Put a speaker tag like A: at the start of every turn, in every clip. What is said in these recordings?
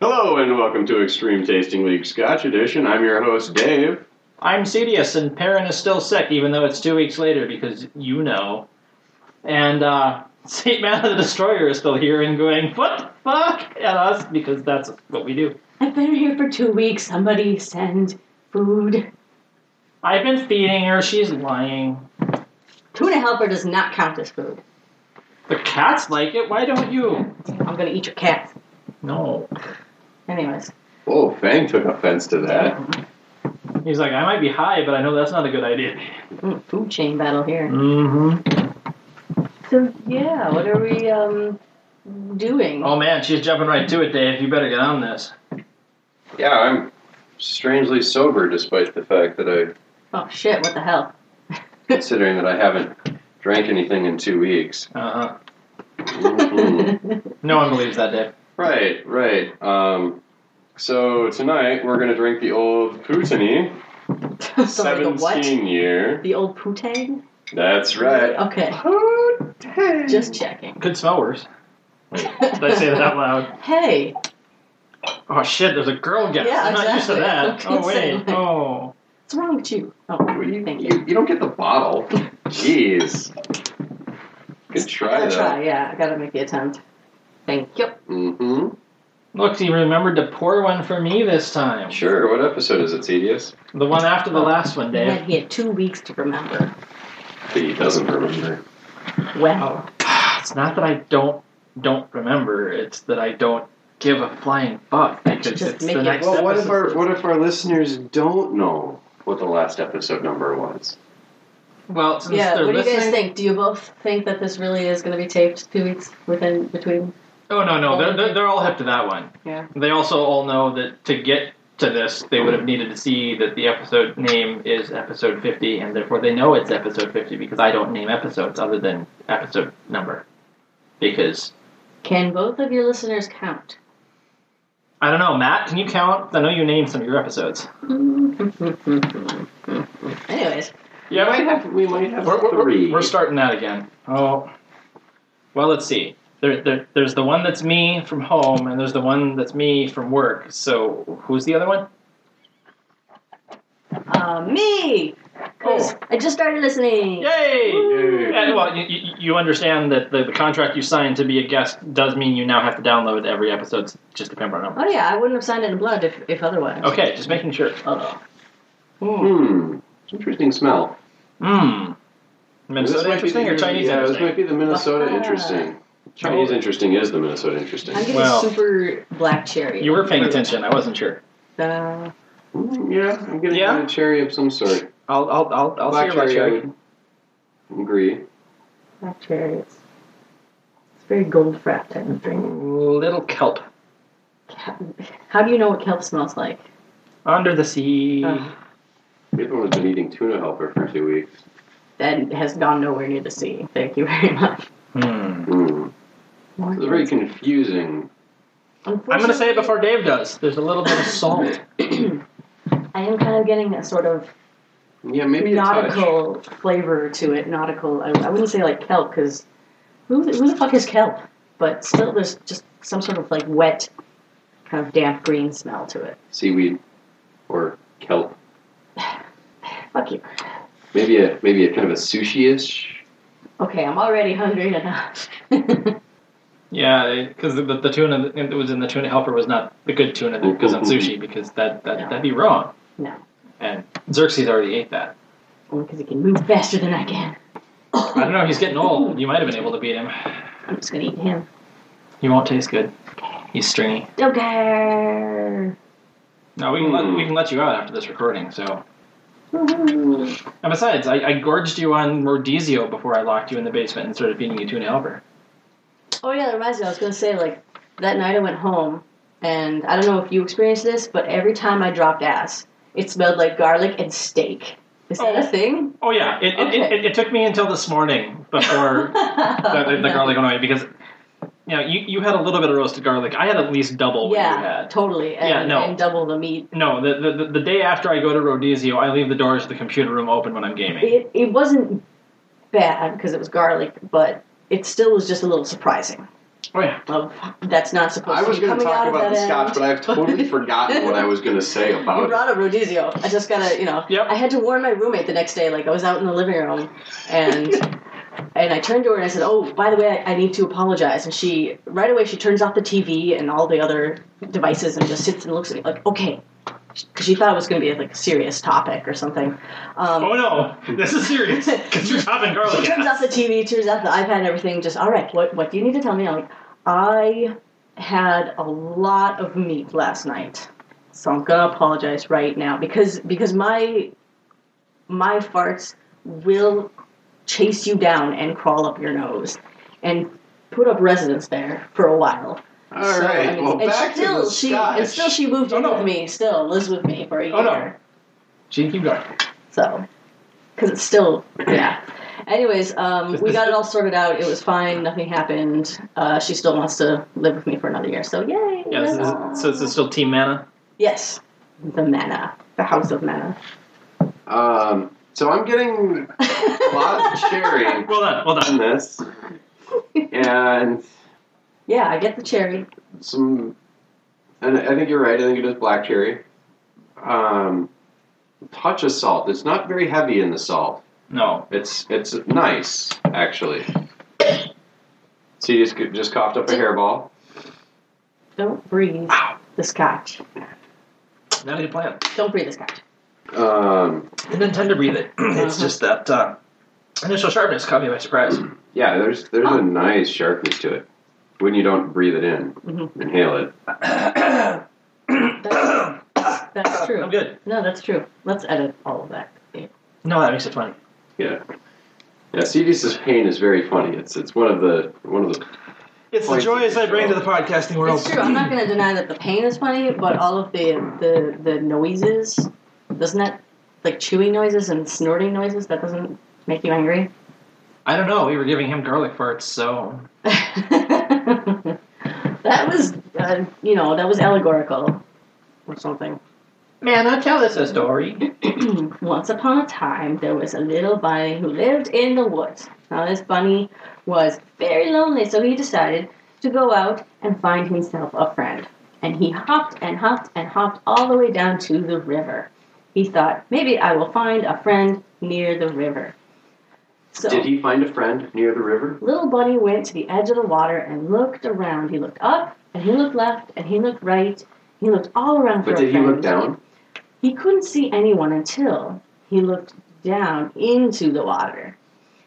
A: Hello and welcome to Extreme Tasting League Scotch Edition. I'm your host, Dave.
B: I'm Cedius, and Perrin is still sick, even though it's two weeks later, because you know. And uh, St. Man the Destroyer is still here and going, What the fuck? at us, because that's what we do.
C: I've been here for two weeks. Somebody send food.
B: I've been feeding her, she's lying.
C: Tuna helper does not count as food.
B: The cats like it, why don't you?
C: I'm gonna eat your cat.
B: No.
C: Anyways,
A: Whoa, Fang took offense to that.
B: He's like, I might be high, but I know that's not a good idea.
C: mm, food chain battle here.
B: Mm hmm.
C: So yeah, what are we um doing?
B: Oh man, she's jumping right to it, Dave. You better get on this.
A: Yeah, I'm strangely sober despite the fact that I,
C: Oh, shit! What the hell?
A: considering that I haven't drank anything in two weeks.
B: Uh huh.
A: Mhm.
B: No one believes that, Dave.
A: Right, right. Um, so tonight we're gonna drink the old Poutini,
C: Sorry, the what?
A: seventeen year.
C: The old poutine?
A: That's right.
C: Okay,
A: Poutine.
C: just checking.
B: Could smell worse. Did I say that out loud?
C: Hey,
B: Oh shit, there's a girl guest.
C: Yeah,
B: I'm not used to
C: exactly.
B: that.
C: I was
B: Oh
C: gonna say,
B: wait.
C: like-
B: Oh.
C: what's wrong with you? Oh,
A: You,
C: thank you.
A: you, you don't get the bottle. Jeez. Could try
C: I'll
A: that.
C: try. Yeah, I gotta make the attempt. Thank you.
A: Mm-hmm.
B: Look, he remembered to pour one for me this time.
A: Sure. What episode is it, Tedious?
B: The one after the last one,
C: But
B: Dave.
C: he had two weeks to remember.
A: He doesn't remember.
C: Well,
B: Oh, It's not that I don't don't remember, it's that I don't give a flying fuck because
C: Just
B: it's
C: make
B: the
C: it-
B: next
A: Well, what if
B: episode.
A: our what if our listeners don't know what the last episode number was?
B: well, since
C: yeah.
B: they're
C: What do you
B: listening.
C: guys think? Do you both think that this really is going to be taped two weeks within between?
B: Oh no, no, they're, they're they're all hip to that one.
C: Yeah.
B: They also all know that to get to this, they would have needed to see that the episode name is episode 50, and therefore they know it's episode 50 because I don't name episodes other than episode number. Because
C: Can both of your listeners count?
B: I don't know, Matt, can you count? I know you named some of your episodes.
C: Anyways,
A: Yeah, we might have we might have
B: We're, we're-
A: 3
B: we're, we're starting that again. Oh, well, let's see. There, there, there's the one that's me from home, and there's the one that's me from work. So who's the other one?
C: uh, me. 'Cause I just started listening.
B: Yay!
A: Yay.
B: And, well, you- you, you understand that the, the contract you signed to be a guest does mean you now have to download every episode s- just to Pembroke number.
C: Oh yeah, I wouldn't have signed it in blood if, if otherwise.
B: Okay, just making sure.
C: Oh.
A: Hmm. Interesting smell.
B: Mmm. Minnesota
A: This might be the-
B: interesting or Chinese
A: Yeah, this
B: interesting?
A: might be the Minnesota
C: Ah.
A: interesting. Chinese interesting is the Minnesota interesting.
C: I'm getting
B: Well.
C: super black cherry.
B: You were paying attention. I wasn't sure.
C: Uh,
A: Mm, yeah, I'm getting
B: Yeah?
A: a cherry of some sort.
B: I'll I'll I'll, I'll
A: Black
B: see about
A: cherry, I
B: you.
A: would agree.
C: black cherry. It's, it's very gold frat type of drink.
B: Little kelp
C: How do you know what kelp smells like?
B: under the sea.
C: Ugh.
A: Everyone's been eating tuna helper for two weeks.
C: That has gone nowhere near the sea. Thank you very much.
B: Hmm.
A: Mm. It's very confusing.
B: I'm gonna say it before Dave does. There's a little bit of salt.
C: I am kind of getting a sort of
A: Yeah, maybe a touch.
C: nautical flavor to it. Nautical. I, I wouldn't say like kelp because who, the- who the fuck is kelp? But still, there's just some sort of like wet, kind of damp green smell to it.
A: Seaweed or kelp.
C: Fuck you.
A: Maybe a maybe a kind of a sushi-ish.
C: Okay, I'm already hungry enough.
B: Yeah, because the, the tuna that was in the tuna helper was not the good tuna that goes on sushi because that, that
C: No.
B: that'd be wrong.
C: No.
B: And Xerxes already ate that.
C: Only because it can move faster than I can.
B: I don't know. He's getting old. You might have been able to beat him.
C: I'm just gonna eat him.
B: He won't taste good. He's stringy.
C: Okay.
B: No, we can let,
A: Hmm.
B: we can let you out after this recording. So,
C: Woohoo.
B: and besides, I, I gorged you on Mordizio before I locked you in the basement and started feeding you tuna helper.
C: Oh yeah, that reminds me. I was gonna say like that night I went home, and I don't know if you experienced this, but every time I dropped ass, it smelled like garlic and steak. Is that
B: Oh.
C: a thing?
B: Oh yeah, it, it,
C: Okay.
B: it, it took me until this morning before the, the, the garlic went away because you know you, you had a little bit of roasted garlic. I had at least double what you
C: Yeah,
B: had.
C: totally. And,
B: Yeah, no.
C: and double the meat.
B: No, the, the the- the day after I go to Rodizio, I leave the doors to the computer room open when I'm gaming.
C: It it wasn't bad because it was garlic, but it still was just a little surprising.
A: Oh, yeah.
C: of that's not supposed
A: I
C: to
A: was
C: be
A: going to
C: coming
A: talk
C: out
A: about
C: of
A: the
C: that
A: scotch,
C: end.
A: but I've totally forgotten what I was going to say
C: You
A: about it.
C: brought up Rodizio. I just gotta, you know.
B: Yep.
C: I had to warn my roommate the next day. Like I was out in the living room, and and I turned to her and I said, "Oh, by the way, I, I need to apologize." And she right away she turns off the TV and all the other devices and just sits and looks at me like, "Okay," because she thought it was going to be like a serious topic or something. Um,
B: Oh no, this is serious. Because you're chopping
A: Oh,
B: garlic.
C: she turns off the TV, turns off the iPad, and everything. Just all right. What what do you need to tell me? I'm like, I had a lot of meat last night, so I'm gonna apologize right now because because my my farts will chase you down and crawl up your nose and put up residence there for a while.
A: All
C: So,
A: right.
C: I mean,
A: well,
C: and
A: back
C: still
A: to the
C: she
A: scotch.
C: and still she moved
B: Oh,
C: in
B: no.
C: with me. Still lives with me for a year.
B: Oh, no. Gene, keep going.
C: So, because it's still, yeah. Anyways, um, we got it all sorted out. It was fine. Nothing happened. Uh, she still wants to live with me for another year. So, yay!
B: Yeah, this is, so this is still Team Mana.
C: yes, the mana, the house of mana.
A: Um, so I'm getting a lot of cherry
B: Well done, well
A: on
B: done.
A: this, and
C: yeah, I get the cherry.
A: some. And I think you're right. I think it is black cherry. Um, touch of salt. It's not very heavy in the salt.
B: No.
A: It's it's nice actually. So you just just coughed up a hairball.
C: Don't breathe the scotch.
B: Not a good plan.
C: Don't breathe the scotch.
A: Um,
B: I didn't tend to breathe it. it's just that uh, initial sharpness caught me by surprise.
A: Yeah, there's there's
C: Oh.
A: a nice sharpness to it when you don't breathe it in,
C: Mhm.
A: inhale it.
C: That's, that's
B: I'm
C: true.
B: good.
C: No, that's true. Let's edit all of that.
B: No, that makes it funny.
A: Yeah, yeah. CD's pain is very funny. It's it's one of the one of the
B: It's the
A: Points.
B: joys I bring to the podcasting world.
C: It's true. I'm not going to deny that the pain is funny, but all of the the the noises, doesn't that like chewing noises and snorting noises? That doesn't make you angry.
B: I don't know. We were giving him garlic farts, so
C: that was, uh, you know, that was allegorical or something.
B: Mana, tell us a story.
C: Once upon a time, there was a little bunny who lived in the woods. Now, this bunny was very lonely, so he decided to go out and find himself a friend. And he hopped and hopped and hopped all the way down to the river. He thought, maybe I will find a friend near the river. So,
A: Did he find a friend near the river?
C: Little Bunny went to the edge of the water and looked around. He looked up and he looked left and he looked right. He looked all around for
A: But
C: a
A: did he look
C: friend.
A: down?
C: He couldn't see anyone until he looked down into the water.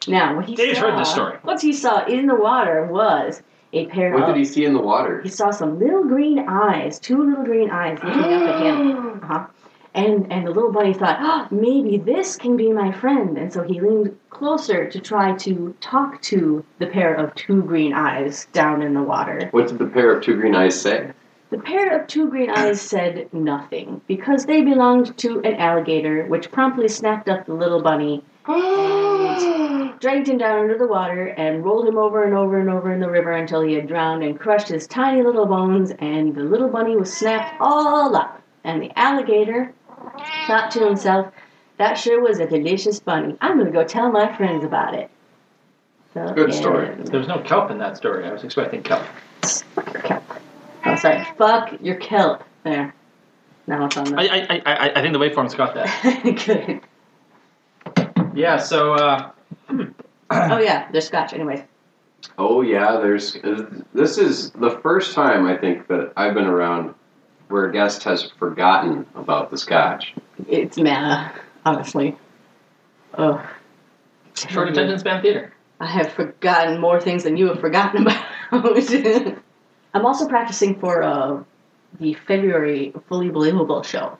C: Now, what he
B: Dave's
C: saw,
B: heard this story.
C: What he saw in the water was a pair
A: What
C: of.
A: did he see in the water?
C: he saw some little green eyes, two little green eyes looking up at him. Uh-huh. And and the little bunny thought, oh, maybe this can be my friend. And so he leaned closer to try to talk to the pair of two green eyes down in the water.
A: What did the pair of two green eyes say?
C: The pair of two green eyes said nothing because they belonged to an alligator, which promptly snapped up the little bunny, dragged him down under the water, and rolled him over and over and over in the river until he had drowned and crushed his tiny little bones. And the little bunny was snapped all up. And the alligator thought to himself, that sure was a delicious bunny. I'm going to go tell my friends about it. So,
A: Good story.
B: There was no kelp in that story. I was expecting kelp.
C: Fuck your kelp. Oh, sorry. Fuck your kelp. There. Now it's on the.
B: I, I, I- I, I think the waveforms got that.
C: Good.
B: Yeah, so uh,
C: Oh yeah, there's scotch. Anyway,
A: Oh yeah, there's. This is the first time I think that I've been around where a guest has forgotten about the scotch.
C: it's mana, honestly. Oh,
B: short attention span theater.
C: I have forgotten more things than you have forgotten about. I'm also practicing for uh, the February Fully Believable show,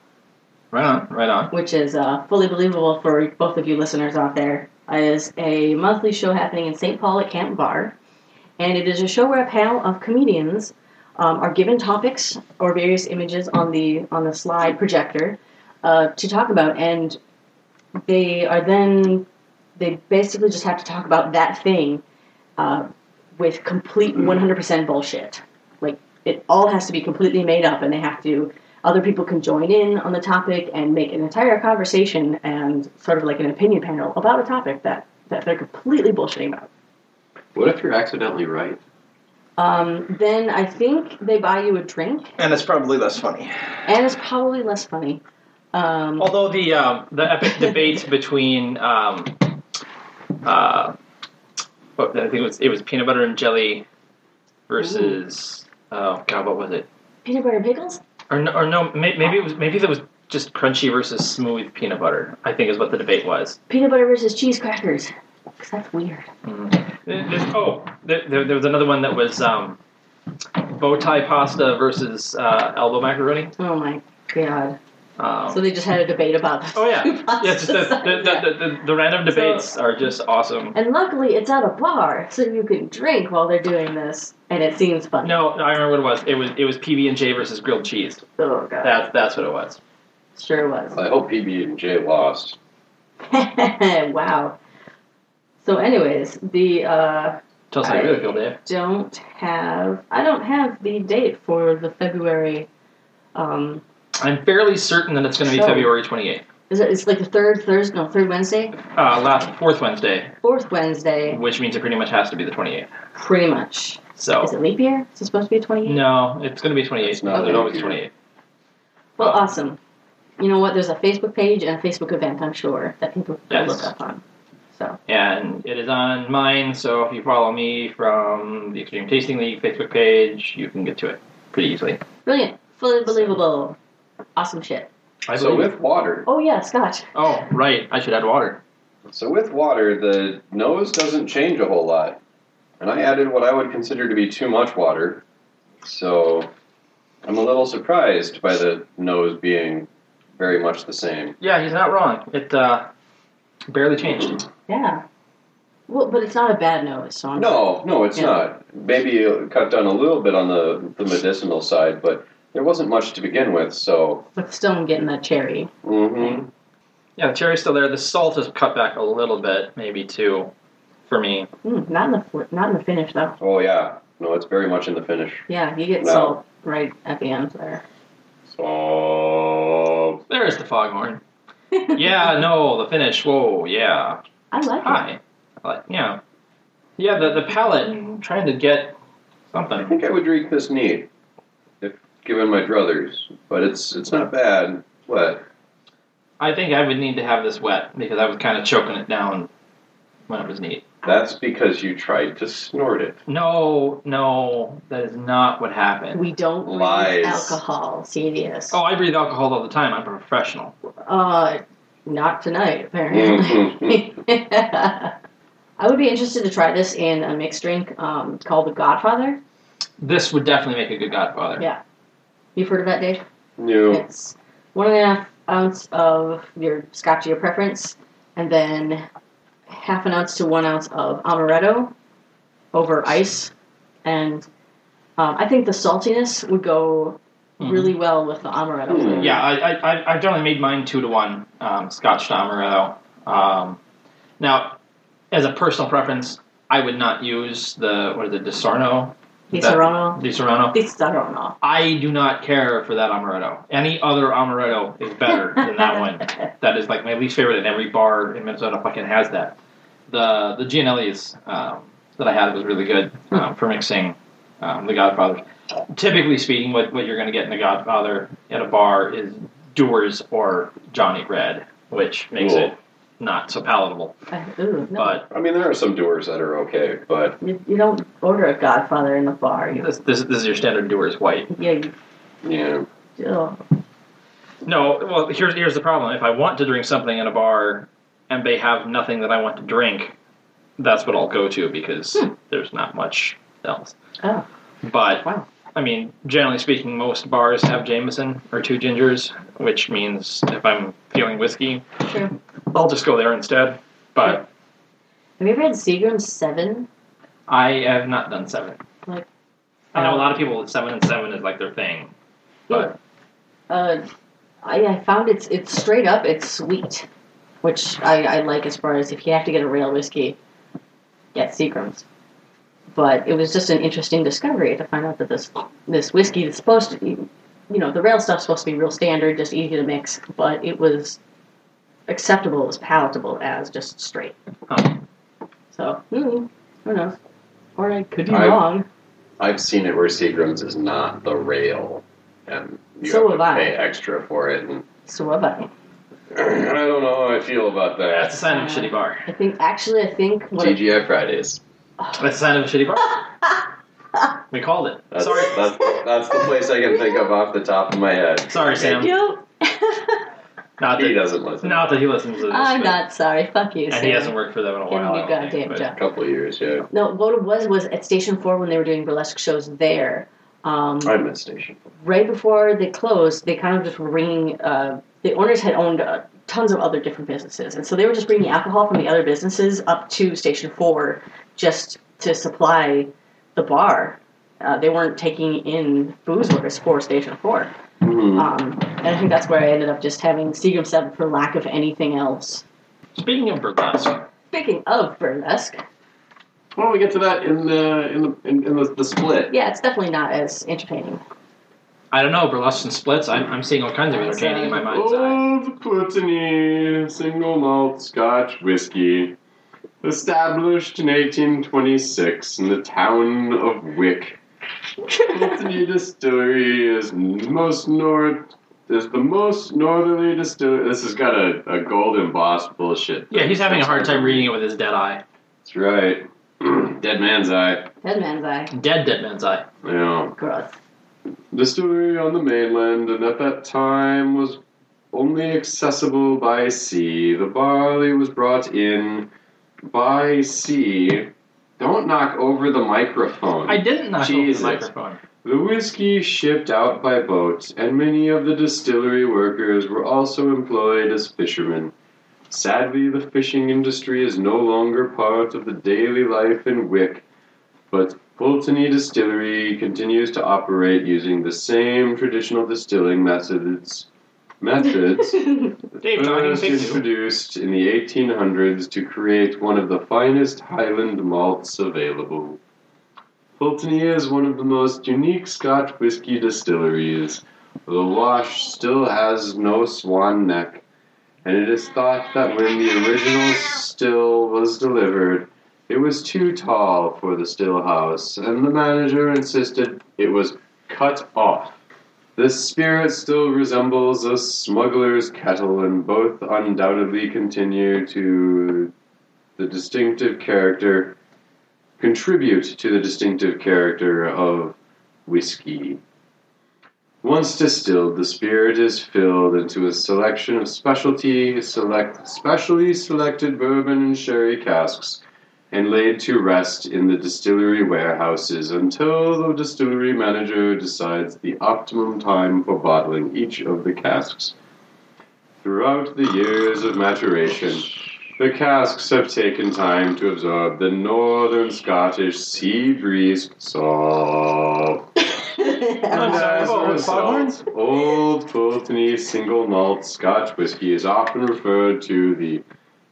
B: Right on, right on.
C: which is uh, fully believable for both of you listeners out there. It is a monthly show happening in St. Paul at Camp Bar, and it is a show where a panel of comedians um, are given topics or various images on the on the slide projector uh, to talk about, and they are then they basically just have to talk about that thing uh, with complete 100% bullshit. Like it all has to be completely made up, and they have to. Other people can join in on the topic and make an entire conversation and sort of like an opinion panel about a topic that that they're completely bullshitting about.
A: What if you're accidentally right?
C: Um, then I think they buy you a drink,
D: And it's probably less funny.
C: and it's probably less funny. Um,
B: Although the um, the epic debate between um, uh, what, I think it was it was peanut butter and jelly versus oh god what was it
C: peanut butter and pickles?
B: or no, or no may, maybe it was maybe that was just crunchy versus smooth peanut butter I think is what the debate was.
C: Peanut butter versus cheese crackers. 'Cause that's weird.
B: There- there's- oh there, there, there was another one that was um, bow tie pasta versus uh, elbow macaroni.
C: Oh my god.
B: Um,
C: So they just had a debate about that.
B: oh yeah, yeah. It's just the, the, the, the, the random debates are just awesome.
C: And luckily, it's at a bar, so you can drink while they're doing this, and it seems fun.
B: No, I remember what it was. It was it was PB and J versus grilled cheese.
C: Oh god,
B: That's that's what it was.
C: sure was.
A: I hope PB and J lost.
C: wow. So, anyways, the uh,
B: Tell us how you really feel, Dave.
C: don't have I don't have the date for the February. Um,
B: I'm fairly certain that it's going to be
C: So-
B: February 28th,
C: is it, it's like the third Thursday, no, third Wednesday,
B: uh, last fourth Wednesday,
C: fourth Wednesday,
B: which means it pretty much has to be the 28th.
C: pretty much. Is
B: So
C: it leap year? Is it supposed to be twenty eight?
B: no, it's going to be 28th.
A: It's not
B: It's
A: leap
B: always
A: year.
B: 28th.
C: Well, awesome. You know what? There's a Facebook page and a Facebook event, I'm sure, that people
B: Yes.
C: can look up on. So,
B: And it is on mine, so if you follow me from the Extreme Tasting League Facebook page, you can get to it pretty easily.
C: brilliant, fully believable, awesome shit.
B: I
A: so
B: believe-
A: with water,
C: Oh yeah, Scotch.
B: oh, right. I should add water.
A: so with water, the nose doesn't change a whole lot, and I added what I would consider to be too much water. So I'm a little surprised by the nose being very much the same.
B: Yeah, he's not wrong. It uh, barely changed.
C: Yeah. Well, but it's not a bad nose, so I'm
A: No, no, it's
C: Yeah.
A: not. Maybe it cut down a little bit on the, the medicinal side, but there wasn't much to begin with. So
C: but still I'm getting that cherry.
A: hmm
C: Mm-hmm.
B: Yeah, the cherry's still there. The salt is cut back a little bit, maybe two, for me.
C: Mm, not in the fl- not in the finish though.
A: oh yeah, no, it's very much in the finish.
C: Yeah, you get
A: No.
C: salt right at the end there.
A: So
B: There's the foghorn. Yeah, no, the finish. Whoa, yeah.
C: I like it.
B: Hi. Like, yeah. Yeah, the, the palate, I'm trying to get
A: I
B: something.
A: think I would drink this neat, if given my druthers. But it's it's not bad. What?
B: I think I would need to have this wet because I was kind of choking it down when it was neat.
A: That's because you tried to snort it.
B: No, no, that is not what happened.
C: We don't breathe
A: Lies.
C: alcohol, serious.
B: Oh, I breathe alcohol all the time. I'm a professional.
C: Uh, not tonight, apparently.
A: Mhm.
C: I would be interested to try this in a mixed drink um, called the Godfather.
B: This would definitely make a good godfather.
C: Yeah. You've heard of that, Dave?
A: No.
C: It's one and a half ounce of your scotch of your preference, and then half an ounce to one ounce of amaretto over ice. And um, I think the saltiness would go
B: Mhm.
C: really well with the amaretto.
A: Hmm.
C: flavor.
B: Yeah, I, I, I- I've generally made mine two to one, um, Scotch to Amaretto. Um, now, as a personal preference, I would not use the what is it, DiSorno,
C: Di
B: That-
C: Serrano.
B: DiSorno.
C: Di Serrano.
B: I do not care for that Amaretto. Any other Amaretto is better than that one. That is like my least favorite, and every bar in Minnesota fucking has that. The the Gianelli's um, that I had was really good um, for mixing um, the Godfather. Typically speaking, what, what you're going to get in the Godfather at a bar is Doers or Johnny Red, which makes
A: Cool.
B: it not so palatable.
C: Uh, ooh, no.
B: But
A: I mean, there are some doers that are okay, but
C: You, you don't order a Godfather in the bar. You,
B: this, this this is your standard Doers white.
C: yeah, you
A: yeah.
C: oh,
B: No, well, here's here's the problem. If I want to drink something in a bar and they have nothing that I want to drink, that's what I'll go to because
C: Hmm.
B: there's not much else.
C: oh,
B: But
C: Wow.
B: I mean, generally speaking, most bars have Jameson or two gingers, which means if I'm feeling whiskey,
C: true. Have
B: I'll just go there instead. But
C: you ever had Seagram's Seven?
B: I have not done seven.
C: Like,
B: I know a
C: um,
B: lot of people that seven and seven is like their thing. But
C: Uh, I, I found it's it's straight up. It's sweet, which I, I like as far as if you have to get a real whiskey, get Seagram's. But it was just an interesting discovery to find out that this this whiskey that's supposed to be, you know, the rail stuff's supposed to be real standard, just easy to mix, but it was acceptable as palatable as just straight.
B: huh.
C: So mm, who knows? Or I could be
A: I-
C: wrong.
A: I've seen it where Seagram's is not the rail, and you
C: So
A: have to
C: have I.
A: pay extra for it. And
C: So what about it?
A: I don't know how I feel about
B: That's a
A: that.
B: sign of a shitty bar.
C: I think actually, I think what it-
A: TGI Fridays.
B: That's a sign of a shitty bar. We called it.
A: That's,
B: sorry,
A: That's, that's the place I can think of off the top of my head.
B: sorry, Sam.
C: you.
B: Not
A: He
B: that,
A: doesn't listen.
B: not that he listens to this.
C: I'm
B: but-
C: not sorry. Fuck you.
B: And
C: Sam.
B: he hasn't worked for them in a
C: Give him
B: while.
C: your
B: I don't
C: goddamn
B: think, but-
A: A
C: job.
A: couple of years, yeah.
C: No, what it was was at Station Four when they were doing burlesque shows there. Um,
A: I miss Station.
C: right before they closed, they kind of just were bringing. Uh, the owners had owned uh, tons of other different businesses, and so they were just bringing alcohol from the other businesses up to Station Four just to supply the bar. Uh, they weren't taking in booze orders for Station Four,
B: Mm-hmm.
A: Mhm.
C: um, and I think that's where I ended up just having Seagram Seven for lack of anything else.
B: Speaking of burlesque,
C: Speaking of burlesque,
A: Why don't we get to that in the in the in, in the, the split?
C: yeah, it's definitely not as entertaining.
B: I don't know burlesque and splits. I'm, I'm seeing all kinds of entertaining in my mind's eye.
A: Old Plutony, single malt Scotch whiskey, established in 1826 in the town of Wick. Plutony Distillery is most north is the most northerly distillery. This has got a, a gold embossed bullshit.
B: Yeah, he's having a hard time reading it with his dead eye.
A: That's right. Dead man's eye.
C: Headman's eye,
B: Dead, dead man's eye.
A: Yeah.
C: gross.
A: distillery on the mainland and at that time was only accessible by sea. The barley was brought in by sea. Don't knock over the microphone.
B: I didn't knock
A: Jesus.
B: over the microphone.
A: The whiskey shipped out by boat, and many of the distillery workers were also employed as fishermen. Sadly, the fishing industry is no longer part of the daily life in Wick, but Pulteney Distillery continues to operate using the same traditional distilling methods. Methods
B: Dave, talking
A: first
B: pig do.
A: introduced in the 1800s to create one of the finest Highland malts available. Pulteney is one of the most unique Scotch whiskey distilleries. The wash still has no swan neck, and it is thought that when the original still was delivered, it was too tall for the still house, and the manager insisted it was cut off. This spirit still resembles a smuggler's kettle, and both undoubtedly continue to the distinctive character, contribute to the distinctive character of whiskey. Once distilled, the spirit is filled into a selection of specialty, select, specially selected bourbon and sherry casks, and laid to rest in the distillery warehouses until the distillery manager decides the optimum time for bottling each of the casks. Throughout the years of maturation, the casks have taken time to absorb the northern Scottish sea breeze salt. And as a result, Old Pulteney single malt Scotch whiskey is often referred to the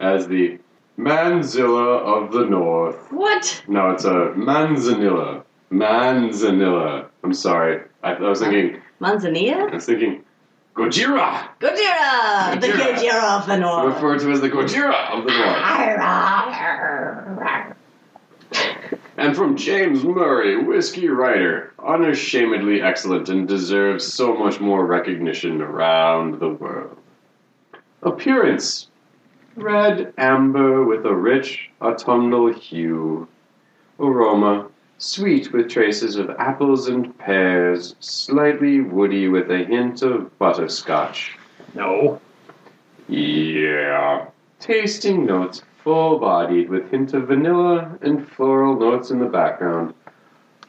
A: as the Manzilla of the North.
C: what?
A: No, it's a Manzanilla. Manzanilla. I'm sorry. I, I was thinking.
C: Manzanilla?
A: I was thinking. Gojira,
C: Gojira! The
A: Gojira.
C: Gojira of the North.
A: referred to as the Gojira of the North, and from James Murray, whiskey writer, unashamedly excellent and deserves so much more recognition around the world. Appearance red amber with a rich autumnal hue. Aroma sweet with traces of apples and pears, slightly woody with a hint of butterscotch.
B: No.
A: Yeah. Tasting notes full bodied with hint of vanilla and floral notes in the background.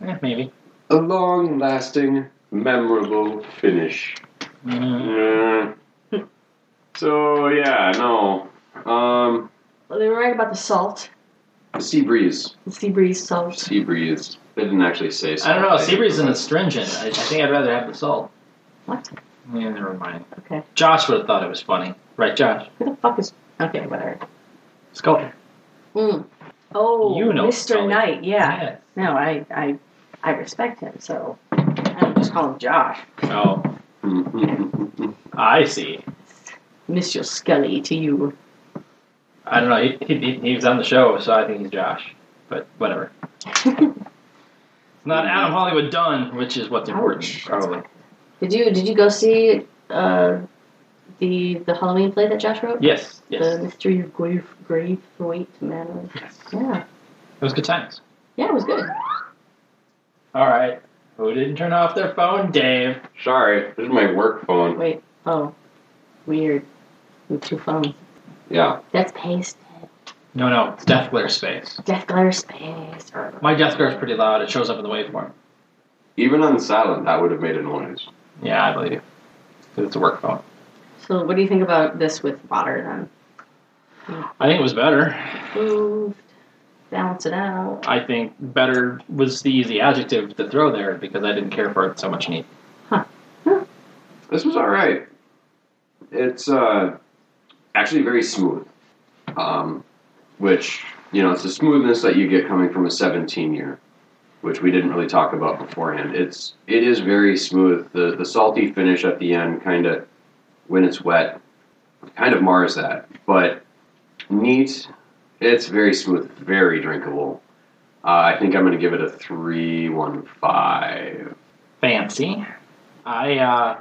B: Eh, maybe.
A: A long lasting, memorable finish.
B: Mm.
A: Yeah. So, yeah, no. Um,
C: Well, they were right about the salt,
A: the sea breeze.
C: the sea breeze salt.
A: Sea breeze. They didn't actually say.
B: I don't know.
A: something.
B: Sea breeze isn't astringent. I, I think I'd rather have the salt.
C: What?
B: Yeah, never mind.
C: Okay.
B: Josh would have thought it was funny. Right, Josh?
C: Who the fuck is. Okay, whatever.
B: Sculptor.
C: Mm. Oh,
B: You know
C: Mr.
B: Scully.
C: Knight, yeah.
B: Yes.
C: No, I, I I respect him, so I don't just call him Josh.
B: Oh, I see.
C: Mr. Scully to you.
B: I don't know. He, he, he was on the show, so I think he's Josh. But whatever. It's not Adam Hollywood Dunn, which is what's important,
C: Ouch.
B: probably.
C: Did you did you go see uh, the the Halloween play that Josh wrote?
B: Yes, yes.
C: The Mystery of Grave Grave Thwaite Manor.
B: yes. It
C: Yeah,
B: was good times.
C: yeah, it was good.
B: All right. Who didn't turn off their phone? Dave.
A: Sorry, this is my work phone.
C: Wait, oh, weird. With two phones.
A: Yeah.
C: That's pasted.
B: No, no. It's Death Glare Space.
C: Death glare space. Or-
B: My Death Glare is pretty loud. It shows up in the waveform.
A: Even on silent, that would have made a noise.
B: Yeah, I believe you. 'Cause It's a work phone.
C: So, what do you think about this with water
B: I think it was better.
C: then? Moved. Balance it out.
B: I think better was the easy adjective to throw there because I didn't care for it so much. Neat.
A: This was all right. It's uh, actually very smooth, um, which you know it's the smoothness that you get coming from a 17 year, which we didn't really talk about beforehand. It's it is very smooth. The the salty finish at the end, kind of when it's wet, kind of mars that. But neat. It's very smooth, very drinkable. Uh, I think I'm going to give it a three one five.
B: fancy. I uh,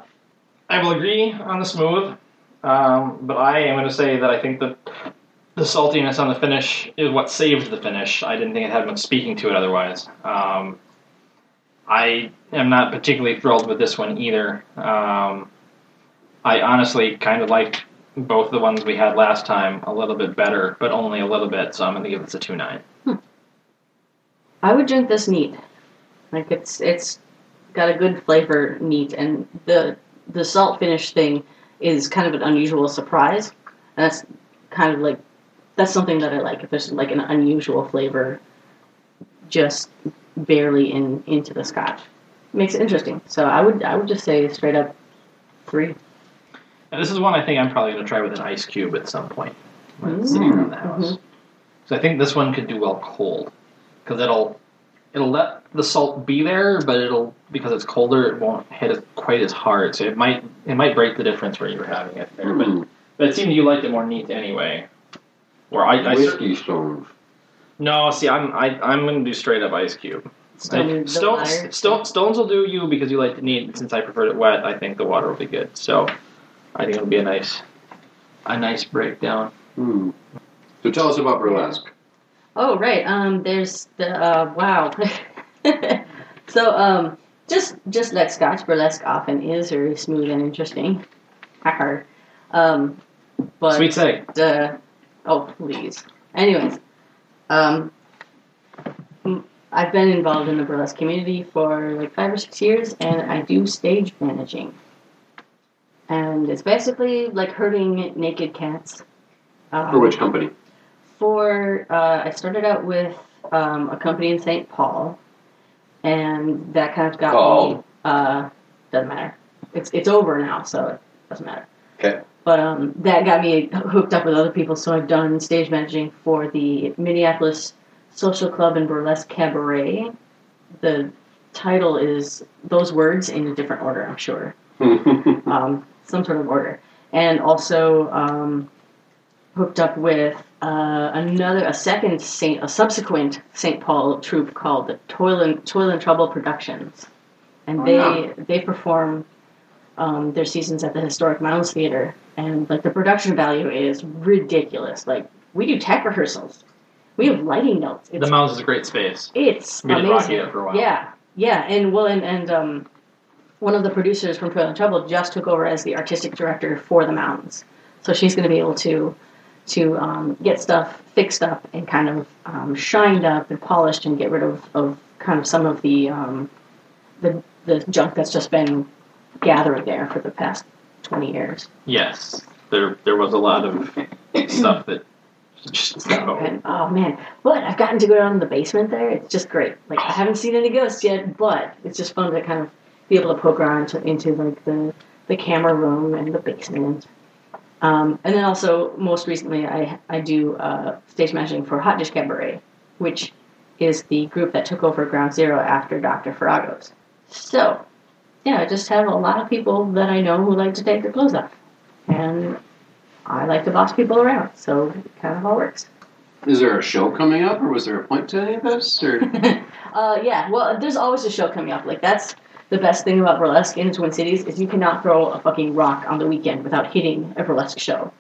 B: I will agree on the smooth, um, but I am going to say that I think the the saltiness on the finish is what saved the finish. I didn't think it had much speaking to it otherwise. Um, I am not particularly thrilled with this one either. Um, I honestly kind of liked both the ones we had last time a little bit better, but only a little bit. So I'm going to give this a two nine.
C: I would drink this neat. Like it's it's got a good flavor neat, and the the salt finish thing is kind of an unusual surprise. And that's kind of like that's something that I like. If there's like an unusual flavor, just barely in into the scotch, makes it interesting. So I would I would just say straight up three.
B: And this is one I think I'm probably going to try with an ice cube at some point when it's
C: Mm.
B: sitting around the house.
C: Mhm.
B: So I think this one could do well cold because it'll it'll let the salt be there, but it'll because it's colder, it won't hit it quite as hard. So it might it might break the difference where you were having it there.
A: Hmm.
B: But, but it seemed you liked it more neat anyway. Or I, I cer-
A: Whiskey stone.
B: no see I'm I, I'm going to do straight up ice cube.
C: Stone
B: I-
C: the water.
B: stones, stone, stones will do you because you liked it neat. and Since I preferred it wet, I think the water will be good. So I think it'll be a nice a nice breakdown.
A: Hmm. So tell us about burlesque.
C: Oh right. Um. There's the uh, wow. so um. Just just like Scotch burlesque often is very smooth and interesting. I heard. Um. But
B: Sweet seg.
C: uh, oh please. Anyways, um. m- I've been involved in the burlesque community for like five or six years, and I do stage managing. And it's basically like herding naked cats. Um,
A: For which company?
C: for uh, I started out with um, a company in St. Paul, and that kind of got me.
A: Called?
C: Uh, doesn't matter. It's it's over now, so it doesn't matter.
A: 'Kay.
C: But um, that got me hooked up with other people, so I've done stage managing for the Minneapolis Social Club and Burlesque Cabaret. The title is those words in a different order, I'm sure um, some sort of order, and also um, hooked up with uh, another, a second Saint, a subsequent Saint Paul troupe called the Toil and Toil and Trouble Productions, and
A: Oh,
C: they
A: yeah.
C: they perform um, their seasons at the historic Mounds Theater, and like the production value is ridiculous. Like we do tech rehearsals, we have lighting notes. It's
B: the mouse is a great space.
C: it's
B: We did
C: amazing.
B: Rocky there for a while.
C: Yeah, yeah, and well, and, and um, one of the producers from Toil and Trouble just took over as the artistic director for the Mountains, so she's going to be able to to um, get stuff fixed up and kind of um, shined up and polished and get rid of, of kind of some of the um, the the junk that's just been gathered there for the past twenty years.
B: Yes, there there was a lot of stuff that just
C: And, oh man, but I've gotten to go down in the basement there. It's just great. Like I haven't seen any ghosts yet, but it's just fun to kind of be able to poke around to, into like the the camera room and the basement. Um, and then also most recently, I I do uh, stage managing for Hot Dish Cabaret, which is the group that took over Ground Zero after Dr. Farrago's. So, yeah, I just have a lot of people that I know who like to take their clothes off, and I like to boss people around, so it kind of all works.
A: Is there a show coming up, or was there a point to any of this? Or
C: uh, yeah, well, there's always a show coming up. Like that's the best thing about burlesque in the Twin Cities is you cannot throw a fucking rock on the weekend without hitting a burlesque show.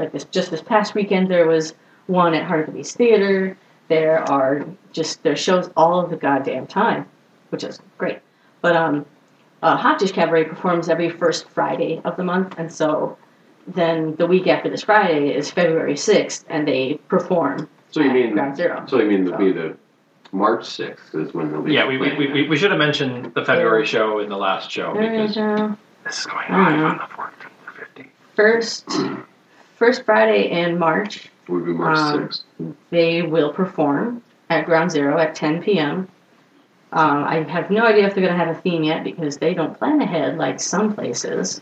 C: Like this, just this past weekend there was one at Heart of the Beast Theater. There are just there's shows all of the goddamn time, which is great. But um, uh, Hot Dish Cabaret performs every first Friday of the month, and so then the week after this Friday is February sixth, and they perform.
A: so you
C: at
A: mean
C: Ground Zero?
A: so you mean it'll be the March sixth is when they'll be
B: Yeah, we, we,
A: playing
B: we,
A: it.
B: we- we should have mentioned the February show in the last show because this is going live
C: Mhm.
B: on the 14th or 15th.
C: first first Friday in March,
A: would be March
C: Um,
A: sixth.
C: they will perform at Ground Zero at 10 p.m. Um, I have no idea if they're going to have a theme yet because they don't plan ahead like some places.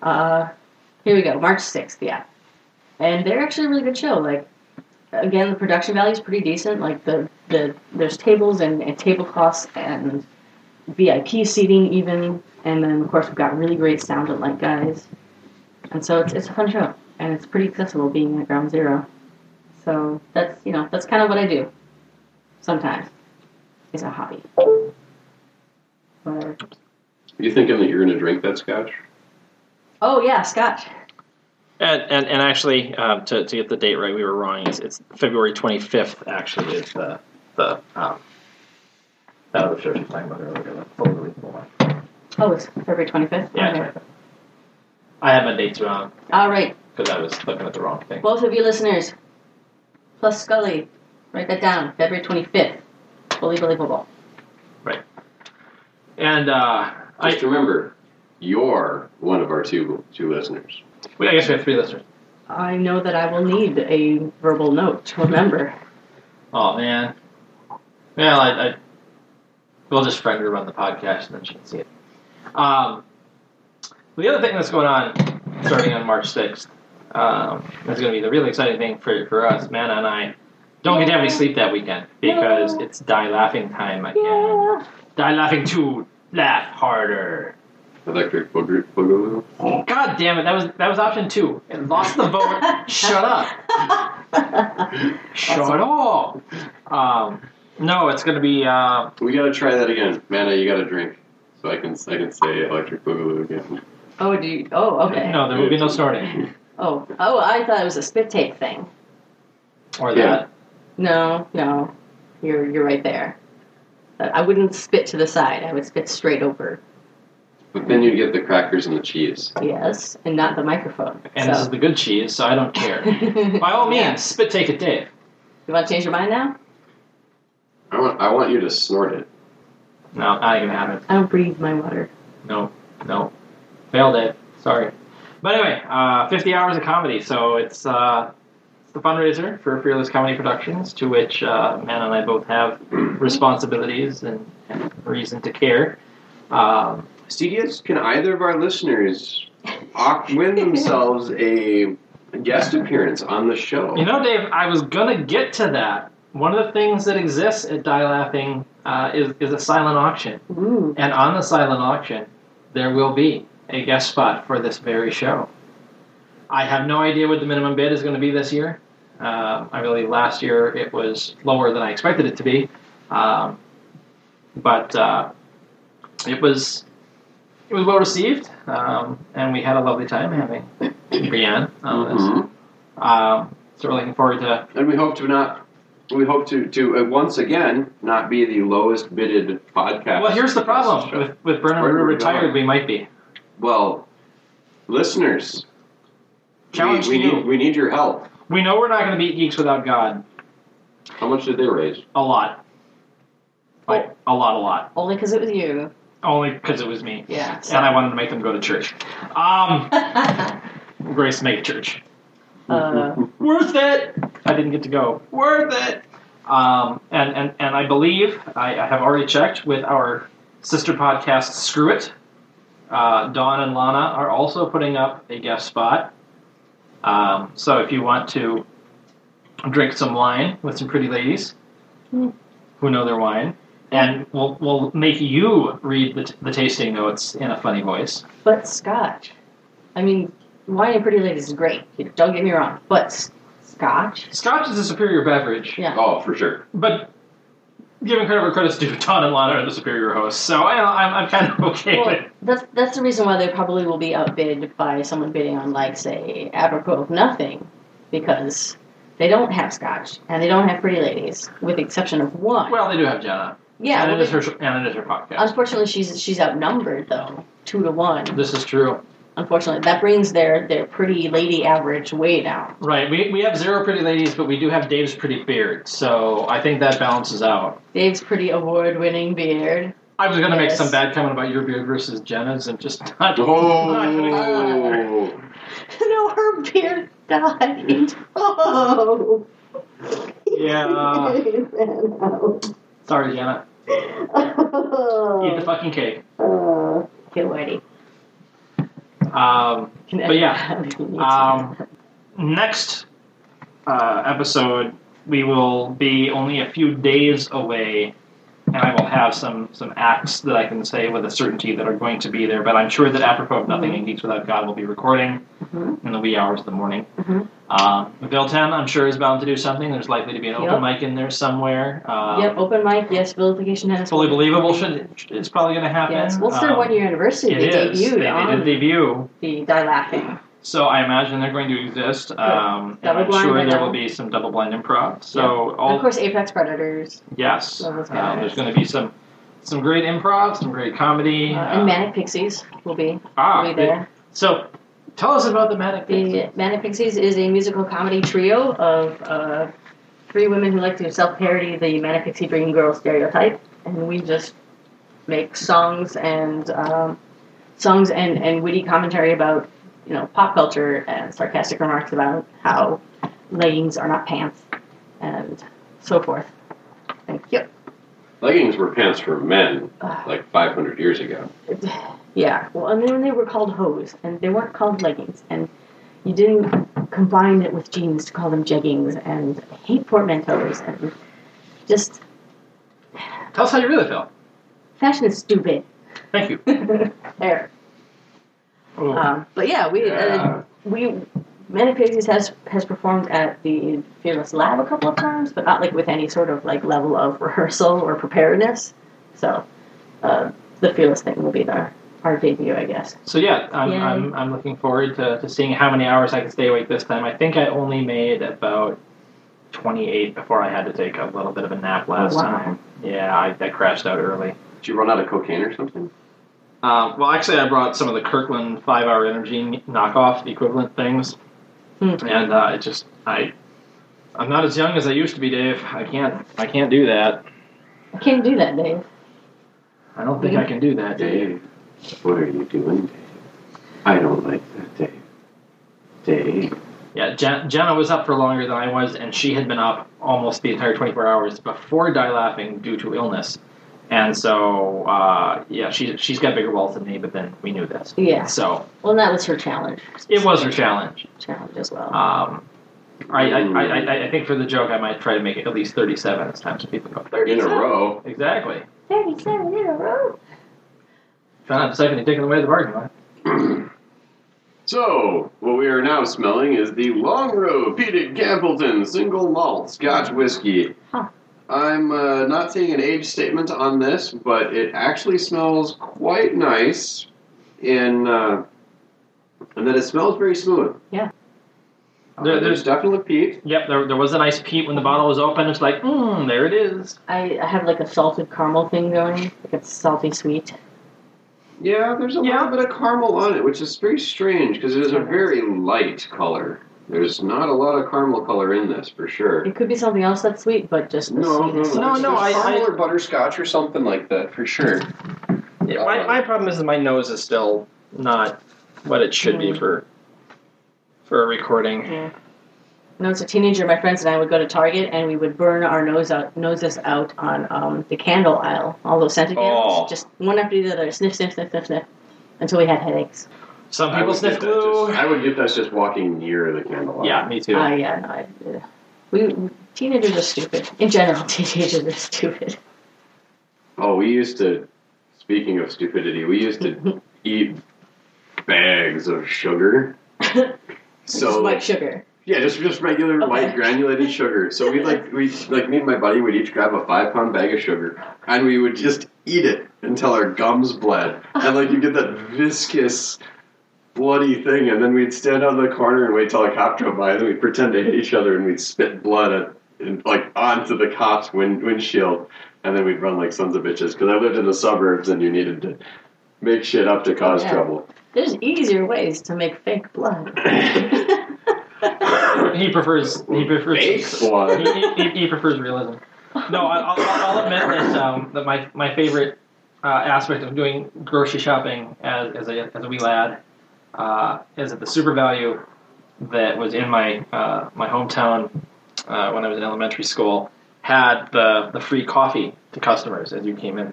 C: Uh, here we go, March 6th, yeah. And they're actually a really good show. Like, again, the production value is pretty decent. Like, the, the there's tables and, and tablecloths and VIP seating, even. And then, of course, we've got really great sound and light guys. And so it's, it's a fun show. And it's pretty accessible being at Ground Zero. So that's you know that's kind of what I do. Sometimes it's a hobby. But,
A: You thinking that you're going to drink that scotch?
C: oh yeah, Scotch.
B: And, and, and actually, um, to, to get the date right, we were wrong. It's, it's February 25th, actually, is the. the um, that was the show she was talking about earlier. The full release of the line.
C: Oh, it's February twenty fifth.
B: Yeah, 25th. I had my dates wrong
C: All right,
B: because I was looking at the wrong thing.
C: both of you listeners, plus Scully, write that down. February twenty fifth. Fully believable.
B: And uh, I,
A: Just remember, you're one of our two two listeners.
B: we, I guess we have three listeners.
C: I know that I will need a verbal note to remember.
B: Oh, man. Well, I, I, we'll just friend her on the podcast and then she can see it. Um, the other thing that's going on starting on March 6th um, is going to be the really exciting thing for, for us, Manna and I. Don't get to have any sleep that weekend because
C: No.
B: it's Die Laughing time again.
C: Yeah.
B: Die Laughing 2, Laugh Harder.
A: Electric Booger- Boogaloo.
B: God damn it, that was that was option two. It lost the vote. Shut up. Shut up. Um, no, it's going to be. Uh,
A: We got to try that again, Manna. You got to drink, so I can I can say Electric Boogaloo again.
C: oh, do you, oh, okay.
B: No, there will be no snorting.
C: Oh, oh, I thought it was a spit take thing.
B: Or
A: Yeah.
B: that.
C: No, no, you're you're right there. But I wouldn't spit to the side. I would spit straight over.
A: But then you get the crackers and the cheese.
C: Yes, and not the microphone.
B: And this is
C: so.
B: the good cheese, so I don't care. By all means, spit take it, Dave.
C: you want to change your mind now?
A: I want I want you to snort it.
B: No, not even have it.
C: I don't breathe my water.
B: No, no. Failed it. Sorry. But anyway, uh, 50 hours of comedy, so it's, uh, it's the fundraiser for Fearless Comedy Productions, to which uh, Man and I both have responsibilities and, and reason to care. Um,
A: Studios, can either of our listeners oc- win themselves a guest appearance on the show?
B: You know, Dave, I was gonna get to that. One of the things that exists at Die Laughing uh, is is a silent auction,
C: Ooh.
B: and on the silent auction, there will be a guest spot for this very show. I have no idea what the minimum bid is going to be this year. Uh, I believe last year it was lower than I expected it to be, um, but uh, it was it was well received, um, and we had a lovely time having Brienne on this.
A: Mhm.
B: Um, so we're looking forward to
A: And we hope to not. We hope to to uh, once again not be the lowest bidded podcast.
B: Well, here's the problem with, with Bernard
A: Where are we
B: retired.
A: going?
B: We might be
A: Well, listeners,
B: Challenge
A: we, we
B: to you.
A: need we need your help.
B: We know we're not going to beat Geeks Without God
A: How much did they raise?
B: a lot, like a lot, a lot.
C: Only because it was you.
B: Only because it was me,
C: Yeah.
B: and I wanted to make them go to church. Um,
C: uh,
B: Grace Mega Church, worth it. I didn't get to go. Worth it. Um, and and and I believe I, I have already checked with our sister podcast, Screw It. Uh, Dawn and Lana are also putting up a guest spot. Um, so if you want to drink some wine with some pretty ladies
C: Hmm.
B: who know their wine, and we'll, we'll make you read the, t- the tasting notes in a funny voice.
C: but scotch. I mean, wine and pretty ladies is great. You know, Don't get me wrong. But s- scotch.
B: Scotch is a superior beverage,
C: Yeah.
A: Oh, for sure.
B: but giving credit where credit's due, Don and Lana are the superior hosts, so I, I'm, I'm kind of okay
C: Well,
B: with
C: that's that's the reason why they probably will be outbid by someone bidding on like say apropos of nothing, because they don't have scotch and they don't have pretty ladies, with the exception of one.
B: Well, they do have Jenna.
C: yeah,
B: and,
C: well,
B: it is
C: they-
B: her, and it is her podcast.
C: unfortunately she's she's outnumbered though, two to one.
B: This is true.
C: Unfortunately, that brings their their pretty lady average way down.
B: Right. We, we have zero pretty ladies, but we do have Dave's pretty beard, so I think that balances out.
C: Dave's pretty award winning beard.
B: I was going to make
C: Yes.
B: some bad comment about your beard versus Jenna's and just not.
A: Oh,
C: no, her beard died. Oh.
B: Yeah.
C: Eat
B: Sorry, Jenna. Eat the fucking cake.
C: Get ready.
B: Um, But yeah, um, next uh, episode, we will be only a few days away, and I will have some some acts that I can say with a certainty that are going to be there. But I'm sure that apropos of
C: Mm-hmm.
B: nothing and Geeks Without God will be recording
C: Mhm.
B: in the wee hours of the morning.
C: Mhm.
B: Um, Ville Town, I'm sure, is bound to do something. There's likely to be an open
C: Yep.
B: mic in there somewhere. Um,
C: yep, open mic. Yes, vilification has.
B: Fully believable. Should it's probably going to happen.
C: Yes, well, it's their
B: Um,
C: one year anniversary.
B: It
C: they
B: is.
C: debuted
B: They, they
C: on
B: did debut.
C: the Die Laughing.
B: So I imagine they're going to exist. Um, and
C: Double
B: I'm
C: blind
B: sure
C: right
B: there
C: now.
B: will be some double blind improv. So
C: And of
B: all
C: course, Apex Predators
B: yes,
C: Well, that's
B: um,
C: kinda
B: there's
C: nice.
B: going to be some some great improv, some great comedy.
C: uh,
B: uh,
C: and Manic Pixies will be,
B: ah,
C: will be there.
B: So tell us about the manic. Pixie.
C: The Manic Pixies is a musical comedy trio of uh, three women who like to self parody the Manic Pixie Dream Girl stereotype, and we just make songs and um, songs and, and witty commentary about you know pop culture and sarcastic remarks about how leggings are not pants and so forth. Thank you.
A: leggings were pants for men
C: Ugh.
A: like 500 years ago.
C: Yeah, well, and then they were called hose, and they weren't called leggings, and you didn't combine it with jeans to call them jeggings, and I hate portmanteaus, and just
B: Tell us how you really feel.
C: fashion is stupid.
B: Thank you.
C: there.
B: Oh,
C: Um, but yeah, we uh,
A: Yeah.
C: we Manic Pixies has has performed at the Fearless Lab a couple of times, but not like with any sort of like level of rehearsal or preparedness. So uh, the Fearless thing will be there. Our debut, I guess.
B: so yeah, I'm,
C: Yay.
B: I'm, I'm looking forward to, to seeing how many hours I can stay awake this time. I think I only made about 28 before I had to take a little bit of a nap last
C: Oh, wow.
B: time. Yeah, I, I crashed out early.
A: Did you run out of cocaine or something?
B: Um, well, actually, I brought some of the Kirkland Five Hour Energy knockoff equivalent things,
C: Hmm.
B: and uh, it just I I'm not as young as I used to be, Dave. I can't I can't do that.
C: I can't do that, Dave.
B: I don't think I
C: Hmm.
B: can do that, Dave.
A: Dave, what are you doing, Dave? I don't like that, Dave. Dave.
B: Yeah, Jen- Jenna was up for longer than I was, and she had been up almost the entire 24 hours before die laughing due to illness, and so uh, yeah, she she's got bigger balls than me. But then we knew this,
C: Yeah.
B: so
C: Well, that was her challenge.
B: it was her challenge.
C: challenge as well.
B: Um, I, I, I, I- I think for the joke, I might try to make it at least 37 as times so people go,
A: In
B: 37?
A: a row.
B: Exactly.
C: Thirty-seven in a row.
B: Try not to siphon the dick in the way of the parking lot.
A: So, what we are now smelling is the Long Row Peter Campbellton Single Malt Scotch Whiskey.
C: Huh.
A: I'm uh, not seeing an age statement on this, but it actually smells quite nice, in uh, and that it smells very smooth.
C: Yeah.
A: Uh,
B: There-
A: there's definitely peat.
B: Yep, there, there was a nice peep when the bottle was open. It's like, mmm, there it is.
C: I, I have like a salted caramel thing going. Like it's salty sweet.
A: Yeah, there's a
B: Yeah.
A: little bit of caramel on it, which is very strange because it is a very light color. There's not a lot of caramel color in this for sure.
C: It could be something else that's sweet, but just the
A: No, no,
C: sweetness.
A: no,
B: No, no, I-
A: There's caramel
B: I-
A: or butterscotch or something like that for sure. Um,
B: Yeah, my, my problem is that my nose is still not what it should be for for a recording.
C: Yeah. When I was a teenager, my friends and I would go to Target and we would burn our nose out, noses out on um, the candle aisle, all those scented candles,
A: Oh.
C: just one after the other, sniff, sniff, sniff, sniff, sniff, until we had headaches.
B: Some
A: I
B: people
A: would
B: sniff
A: get that just-
B: glue.
A: I would get that's just walking near the candle.
B: Yeah, me too.
C: Ah, yeah, no, I, yeah. we teenagers are stupid. In general, teenagers are stupid.
A: Oh, we used to. Speaking of stupidity, we used to eat bags of sugar.
C: just
A: So
C: white sugar.
A: Yeah, just just regular
C: Okay.
A: light granulated sugar. So we like we like me and my buddy would each grab a five pound bag of sugar and we would just eat it until our gums bled. And like you get that viscous bloody thing and then we'd stand out in the corner and wait till a cop drove by and then we'd pretend to hit each other and we'd spit blood at, and, like onto the cop's wind, windshield and then we'd run like sons of bitches because I lived in the suburbs and you needed to make shit up to cause
C: Yeah.
A: trouble.
C: There's easier ways to make fake blood.
B: He prefers. He prefers.
A: Fake blood.
B: he, he, he prefers realism. No, I, I'll, I'll I'll admit that um, that my my favorite uh, aspect of doing grocery shopping as as a as a wee lad uh, is that the super value that was in my uh, my hometown uh, when I was in elementary school had the the free coffee to customers as you came in.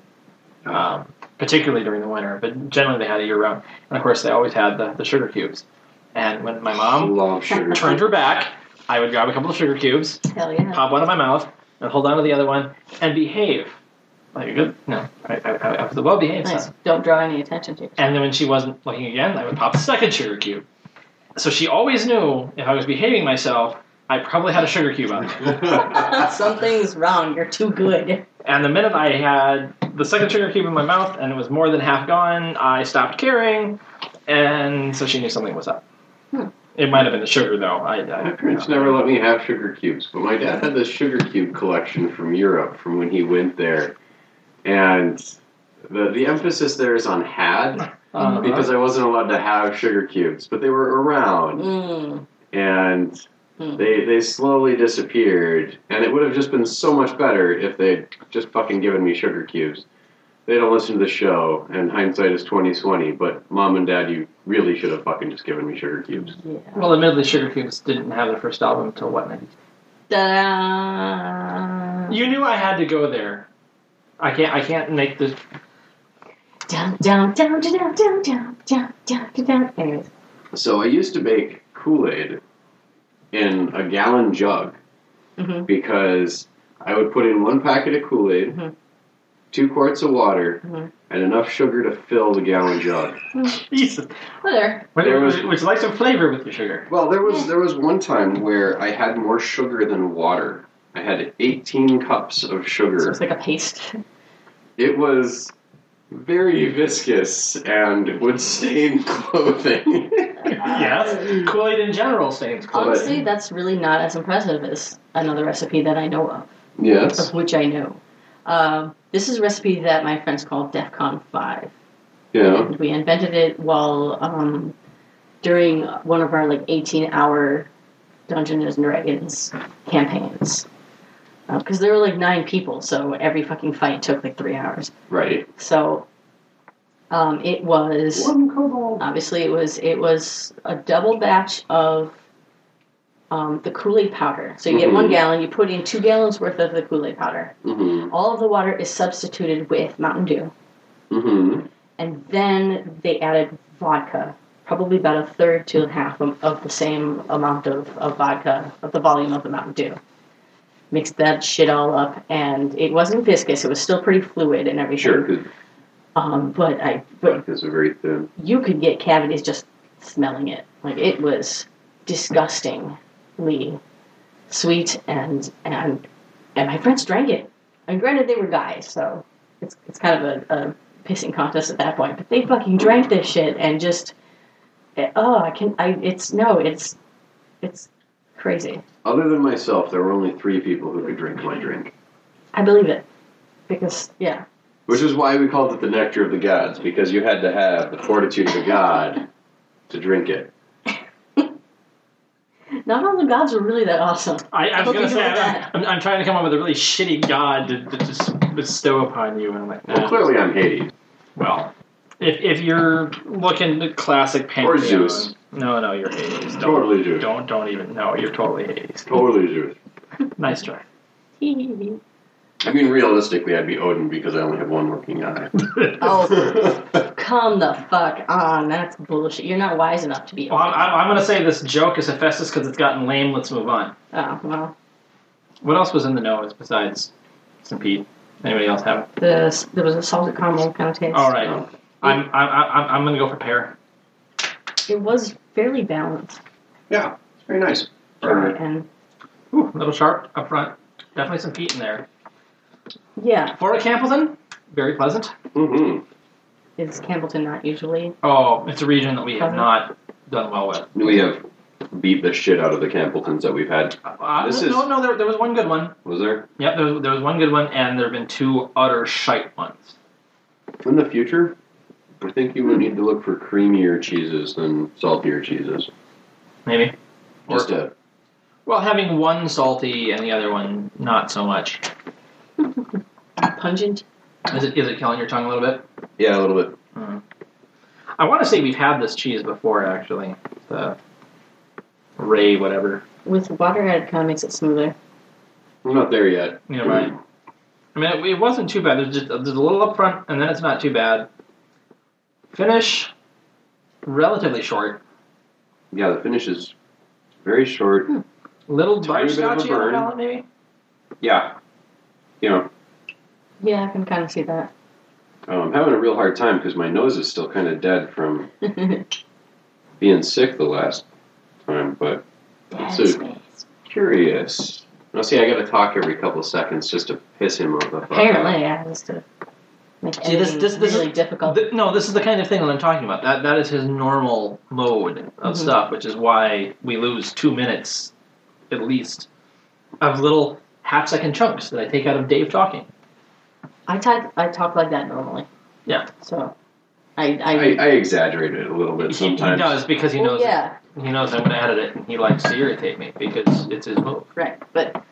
B: Um, particularly during the winter, but generally they had it year round. And of course, they always had the, the sugar cubes. And when my mom
A: Love sugar.
B: turned her back, I would grab a couple of sugar cubes,
C: Hell yeah.
B: pop one in my mouth and hold on to the other one and behave. Like, you're good. No, I, I, I was the well behaved
C: Nice.
B: son.
C: Don't draw any attention to yourself.
B: And then when she wasn't looking again, I would pop the second sugar cube. So she always knew if I was behaving myself, I probably had a sugar cube on.
C: Something's wrong. You're too good.
B: And the minute I had the second sugar cube in my mouth and it was more than half gone, I stopped caring. And so she knew something was up.
C: Hmm.
B: It might have been the sugar, though. I, I,
A: My parents never let me have sugar cubes, but my dad had this sugar cube collection from Europe from when he went there. And the, the emphasis there is on had
B: Uh,
A: because I wasn't allowed to have sugar cubes, but they were around.
C: Mm.
A: And
C: Hmm.
A: they, they slowly disappeared. And it would have just been so much better if they'd just fucking given me sugar cubes. They don't listen to the show, and hindsight is twenty twenty. But mom and dad, you really should have fucking just given me sugar cubes.
C: Yeah.
B: well, admittedly, Sugar Cubes didn't have their first album until what,
C: Da.
B: You knew I had to go there. I can't. I can't make this.
C: Down, down, down, down, down, down, down, down, down. Anyways,
A: So I used to make Kool Aid in a gallon jug Mm-hmm.
C: Mhm.
A: because I would put in one packet of Kool Aid,
C: Mhm.
A: two quarts of water,
C: Mhm.
A: and enough sugar to fill the gallon jug.
B: Jesus.
C: whatever.
B: Would,
A: There was-
B: would, would you like some flavor with your sugar?
A: Well, there was there was one time where I had more sugar than water. I had 18 cups of
C: So
A: sugar.
C: it's like a paste.
A: It was very viscous and would stain clothing.
B: yes. Kool Aid in general stains Kool Aid.
C: Honestly, that's really not as impressive as another recipe that I know of,
A: yes.
C: of which I know. Um, this is a recipe that my friends call DEFCON 5.
A: Yeah.
C: We invented it while um, during one of our like 18 hour Dungeons and Dragons campaigns. Because there were like nine people, so every fucking fight took like three hours.
A: Right.
C: So um, it was
A: One cobalt.
C: obviously it was it was a double batch of um, the Kool Aid powder. So you get one
A: Mhm.
C: gallon, you put in two gallons worth of the Kool Aid powder.
A: Mm-hmm.
C: All of the water is substituted with Mountain Dew.
A: Mm-hmm.
C: and then they added vodka, probably about a third to a half of, of the same amount of, of vodka, of the volume of the Mountain Dew. Mixed that shit all up, and it wasn't viscous; it was still pretty fluid and everything.
A: Sure, 'cause
C: Um, but I, but
A: Vodkas are very thin.
C: you could get cavities just smelling it. Like it was disgustingly sweet, and and and my friends drank it. And granted, they were guys, so it's it's kind of a, a pissing contest at that point. But they fucking drank this shit and just eh, oh, I can I it's no, it's it's crazy.
A: Other than myself, there were only three people who could drink my drink,
C: I believe it because yeah,
A: which is why we called it the nectar of the gods, because you had to have the fortitude of a god to drink it.
C: not all the gods were really that awesome.
B: I, I was
C: Hope
B: gonna
C: you
B: say
C: know
B: I'm,
C: that.
B: I'm, I'm trying to come up with a really shitty god to, to just bestow upon you, and I'm like,
A: Well,
B: nah.
A: clearly I'm Hades.
B: well, if if you're looking at classic pantheon,
A: Zeus.
B: No, no, you're Hades. Don't,
A: Totally Zeus.
B: Don't don't even. No, you're totally Hades.
A: Totally Zeus.
B: Nice try.
C: oh,
A: I mean, realistically, I'd be Odin because I only have one working eye.
C: Oh. come the fuck on! That's bullshit. You're not wise enough to be.
B: Well, I'm, I'm, I'm gonna say this joke is Hephaestus because it's gotten lame. Let's move on.
C: Oh well,
B: What else was in the nose besides St. Pete? Anybody else have? it?
C: the there was a salted caramel kind of taste.
B: All right, I'm I'm I'm, I'm gonna go for pear.
C: It was fairly balanced.
A: yeah, it's very nice.
C: story. And
B: Ooh, a little sharp up front. Definitely some heat in there.
C: yeah,
B: For a Campbellton, very pleasant.
A: Mm-hmm.
C: is Campbellton not usually?
B: Oh, it's a region that we have not done well with.
A: We have beat the shit out of the Campbeltons that we've had.
B: Uh,
A: This
B: no,
A: is-
B: no, there, there was one good one.
A: Was there?
B: Yep, there was, there was one good one, and there have been two utter shite ones.
A: In the future, I think you would need to look for creamier cheeses than saltier cheeses.
B: Maybe. Or-
A: Just a,
B: well, having one salty and the other one not so much.
C: Pungent.
B: Is it is it killing your tongue a little bit?
A: yeah, a little bit.
B: I want to say we've had this cheese before, actually. The Ray, whatever.
C: With Waterhead, kind of makes it smoother.
A: I'm not there yet.
B: Never mind. I mean, it, it wasn't too bad. There's just there's a little up front, and then it's not too bad. Finish, relatively short.
A: Yeah, the finish is very short.
C: Hmm.
B: Little
A: Tiny bit of a
B: butterscotchy on the
A: burn.
B: palate, maybe.
A: Yeah. You know,
C: Yeah, I can kind of see that.
A: um, I'm having a real hard time because my nose is still kind of dead from being sick the last time, but That's
C: Dead
A: it.
C: space.
A: curious. Now, see, I got to talk every couple of seconds just to piss him off the fuck out.
C: Apparently, I was to make
B: See, this-
C: anything
B: this- this is-
C: really difficult.
B: Th- no, this is the kind of thing that I'm talking about. That that is his normal mode of
A: Mm-hmm.
C: Mhm.
B: stuff, which is why we lose two minutes, at least, of little half second chunks that I take out of Dave talking.
C: I talk I talk like that normally.
B: Yeah.
C: So, I I,
A: I, I exaggerate it a little bit
B: He, he
A: sometimes.
B: does because he
C: well,
B: knows
C: yeah,
B: he knows I'm gonna edit it, and he likes to irritate me because it's his move.
C: right. But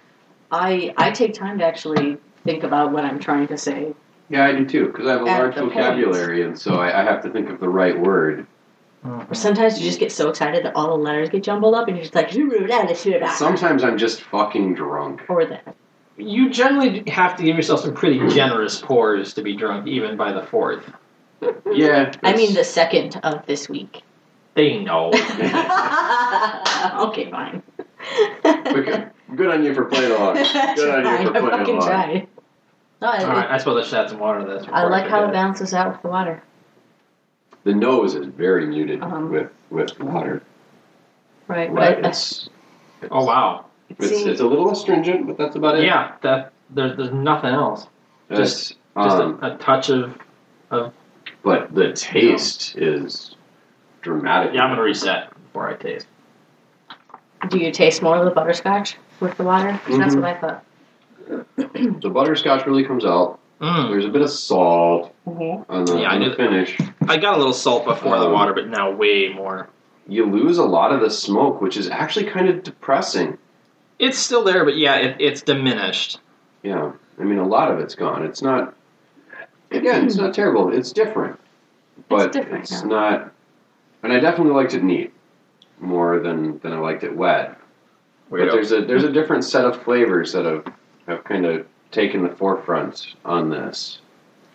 C: I I take time to actually think about what I'm trying to say.
A: Yeah, I do too, because I have a
C: At
A: large
C: the
A: vocabulary, and so I, I have to think of the right word.
C: Or sometimes you just get so excited that all the letters get jumbled up, and you're just like,
A: Sometimes I'm just fucking drunk.
C: or that.
B: You generally have to give yourself some pretty generous pours to be drunk, even by the fourth.
A: Yeah.
C: I mean,
A: that's-
C: the second of this week.
B: They know.
C: okay, fine.
A: Okay. Good on you for playing along. Good on you for
C: I
A: playing
C: fucking
A: along.
C: tried. No, I,
B: All right, I suppose I should add some water to this.
C: I
B: before
C: like how it
B: forget.
C: balances out with the water.
A: The nose is very muted
C: Um,
A: with with water.
C: Right,
A: Right.
C: but uh, I-
A: It's, it's,
B: Oh wow.
A: It's,
C: See-
A: it's a little astringent, but that's about it.
B: Yeah, that there, there's nothing else.
A: It's,
B: Just
A: um,
B: a, a touch of.
A: but the taste is dramatic.
B: Yeah, I'm gonna reset before I taste.
C: do you taste more of the butterscotch with the water? 'Cause That's
A: Mhm.
C: what I thought.
A: the butterscotch really comes out.
B: Mm.
A: There's a bit of salt on the,
B: Yeah, I
A: on
B: knew
A: the
B: that.
A: finish.
B: I got a little salt before the
A: Um,
B: water, but now way more.
A: You lose a lot of the smoke, which is actually kind of depressing.
B: It's still there, but yeah, it, it's diminished.
A: Yeah, I mean, a lot of it's gone. It's not. Again, it's not terrible. It's different, but it's,
C: different, yeah.
A: not. And I definitely liked it neat more than than I liked it wet. But
B: Weirdo.
A: there's a there's a different set of flavors that have have kind of taken the forefront on this.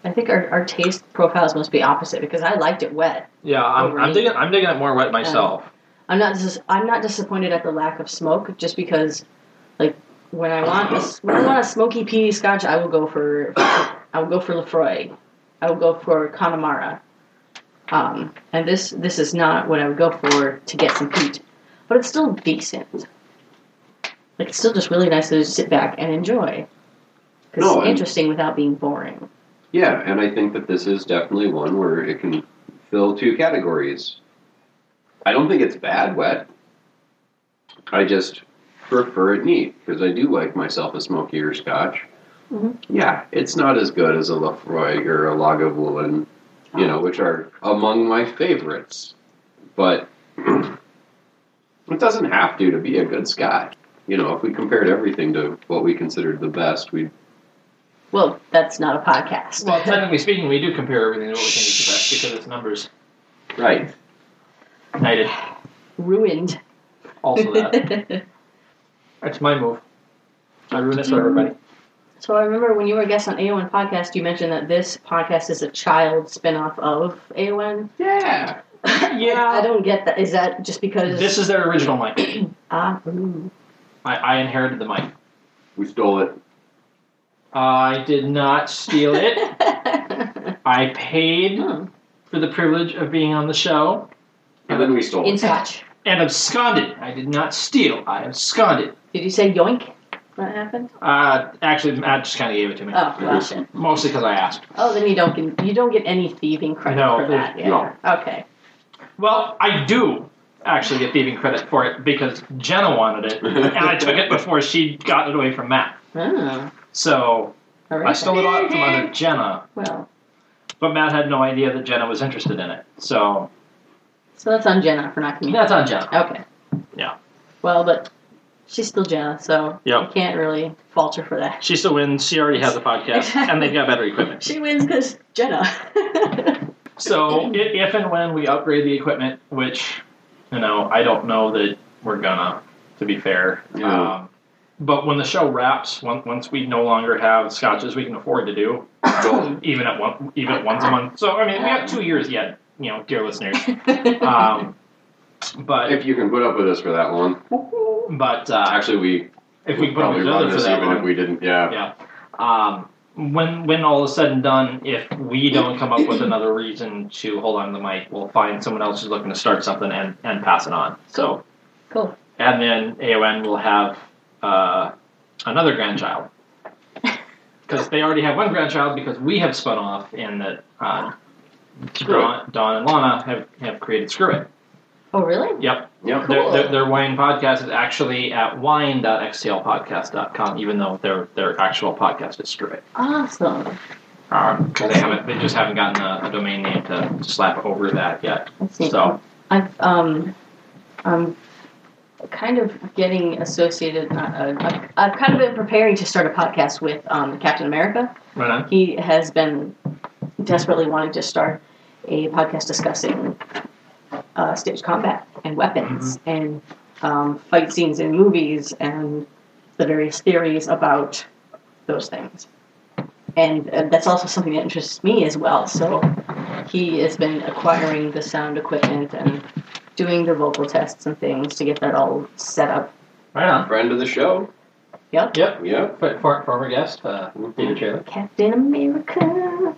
C: I think our, our taste profiles must be opposite because I liked it wet.
B: Yeah, I'm, I'm
C: Overrated.
B: digging. I'm digging it more wet myself.
C: I'm not dis- I'm not disappointed at the lack of smoke just because, like, when I want a, s- when I want a smoky peaty scotch, I will go for I will go for Lefroy. I will go for Connemara. Um, and this this is not what I would go for to get some peat, but it's still decent. Like it's still just really nice to just sit back and enjoy. Because
A: No,
C: it's
A: and-
C: interesting without being boring.
A: Yeah, and I think that this is definitely one where it can fill two categories. I don't think it's bad wet. I just prefer it neat because I do like myself a smokier scotch.
C: Mhm.
A: Yeah, it's not as good as a Lefroy or a Lagavulin, you know, which are among my favorites. But it doesn't have to to be a good scotch. You know, if we compared everything to what we considered the best, we'd
C: Well, that's not a podcast.
B: Well, technically speaking, we do compare everything to what we think is the best because it's numbers.
A: right.
B: Knighted.
C: ruined.
B: Also that. That's my move. I ruin it for everybody.
C: So I remember when you were a guest on AON podcast, you mentioned that this podcast is a child spin-off of AON.
A: Yeah.
C: I
B: Yeah.
C: don't get that. Is that just because
B: This is their original mic.
C: ah, ooh.
B: I, I inherited the mic.
A: We stole it.
B: I did not steal it. I paid
C: Hmm.
B: for the privilege of being on the show.
A: And then we stole
C: in
A: it.
C: Scotch?
B: and absconded. I did not steal. I absconded.
C: Did you say yoink? That happened?
B: Uh, actually, Matt just kind of gave it to me.
C: Oh, well, shit.
B: Mostly because I asked.
C: Oh, then you don't get you don't get any thieving credit
B: No,
C: for that. Yeah.
A: no.
C: Okay.
B: Well, I do actually get thieving credit for it because Jenna wanted it, and I took it before she got it away from Matt.
C: Oh,
B: So
C: all right.
B: I stole it out from under Jenna,
C: well,
B: but Matt had no idea that Jenna was interested in it. So
C: so that's on Jenna for not communicating.
B: that's on Jenna.
C: Okay.
B: Yeah.
C: Well, but she's still Jenna, so
B: Yep.
C: you can't really falter for that.
B: She still wins. She already has a podcast, and they've got better equipment.
C: She wins because Jenna.
B: So i- if and when we upgrade the equipment, which you know I don't know that we're gonna, to be fair.
A: Yeah.
B: Um, but when the show wraps, on- once we no longer have scotches we can afford to do,
A: Cool.
B: even at one, even at once a month. So I mean, we got two years yet, you know, dear listeners. Um, but
A: if you can put up with us for that long.
B: but uh,
A: Actually, we
B: if we put up
A: probably
B: with each
A: run
B: other for
A: this
B: that
A: even
B: long,
A: if we didn't. Yeah.
B: Yeah. Um, when when all is said and done, if we don't come up with another reason to hold on to the mic, we'll find someone else who's looking to start something and, and pass it on. So
C: cool.
B: and then AON will have uh, another grandchild because they already have one grandchild because we have spun off and that uh,
A: Screw it.
B: Don, Don and Lana have, have created Screw It.
C: Oh, really?
B: Yep.
A: Yep.
B: Their,
C: Cool.
B: their, their wine podcast is actually at wine.xtlpodcast.com, even though their their actual podcast is Screw It.
C: Awesome.
B: Um, 'cause they haven't, they just haven't gotten a, a domain name to slap over that yet.
C: Let's see.
B: So
C: I've um, I'm kind of getting associated. Not, uh, I've, I've kind of been preparing to start a podcast with um, Captain America.
B: right on.
C: He has been desperately wanting to start a podcast discussing uh, stage combat and weapons and um, fight scenes in movies and the various theories about those things. And uh, that's also something that interests me as well. So he has been acquiring the sound equipment and doing the vocal tests and things to get that all set up.
B: right on.
A: Friend of the show.
C: Yep.
B: Yep.
A: Yep.
B: For, for, former guest, uh, Peter Taylor.
C: Captain America.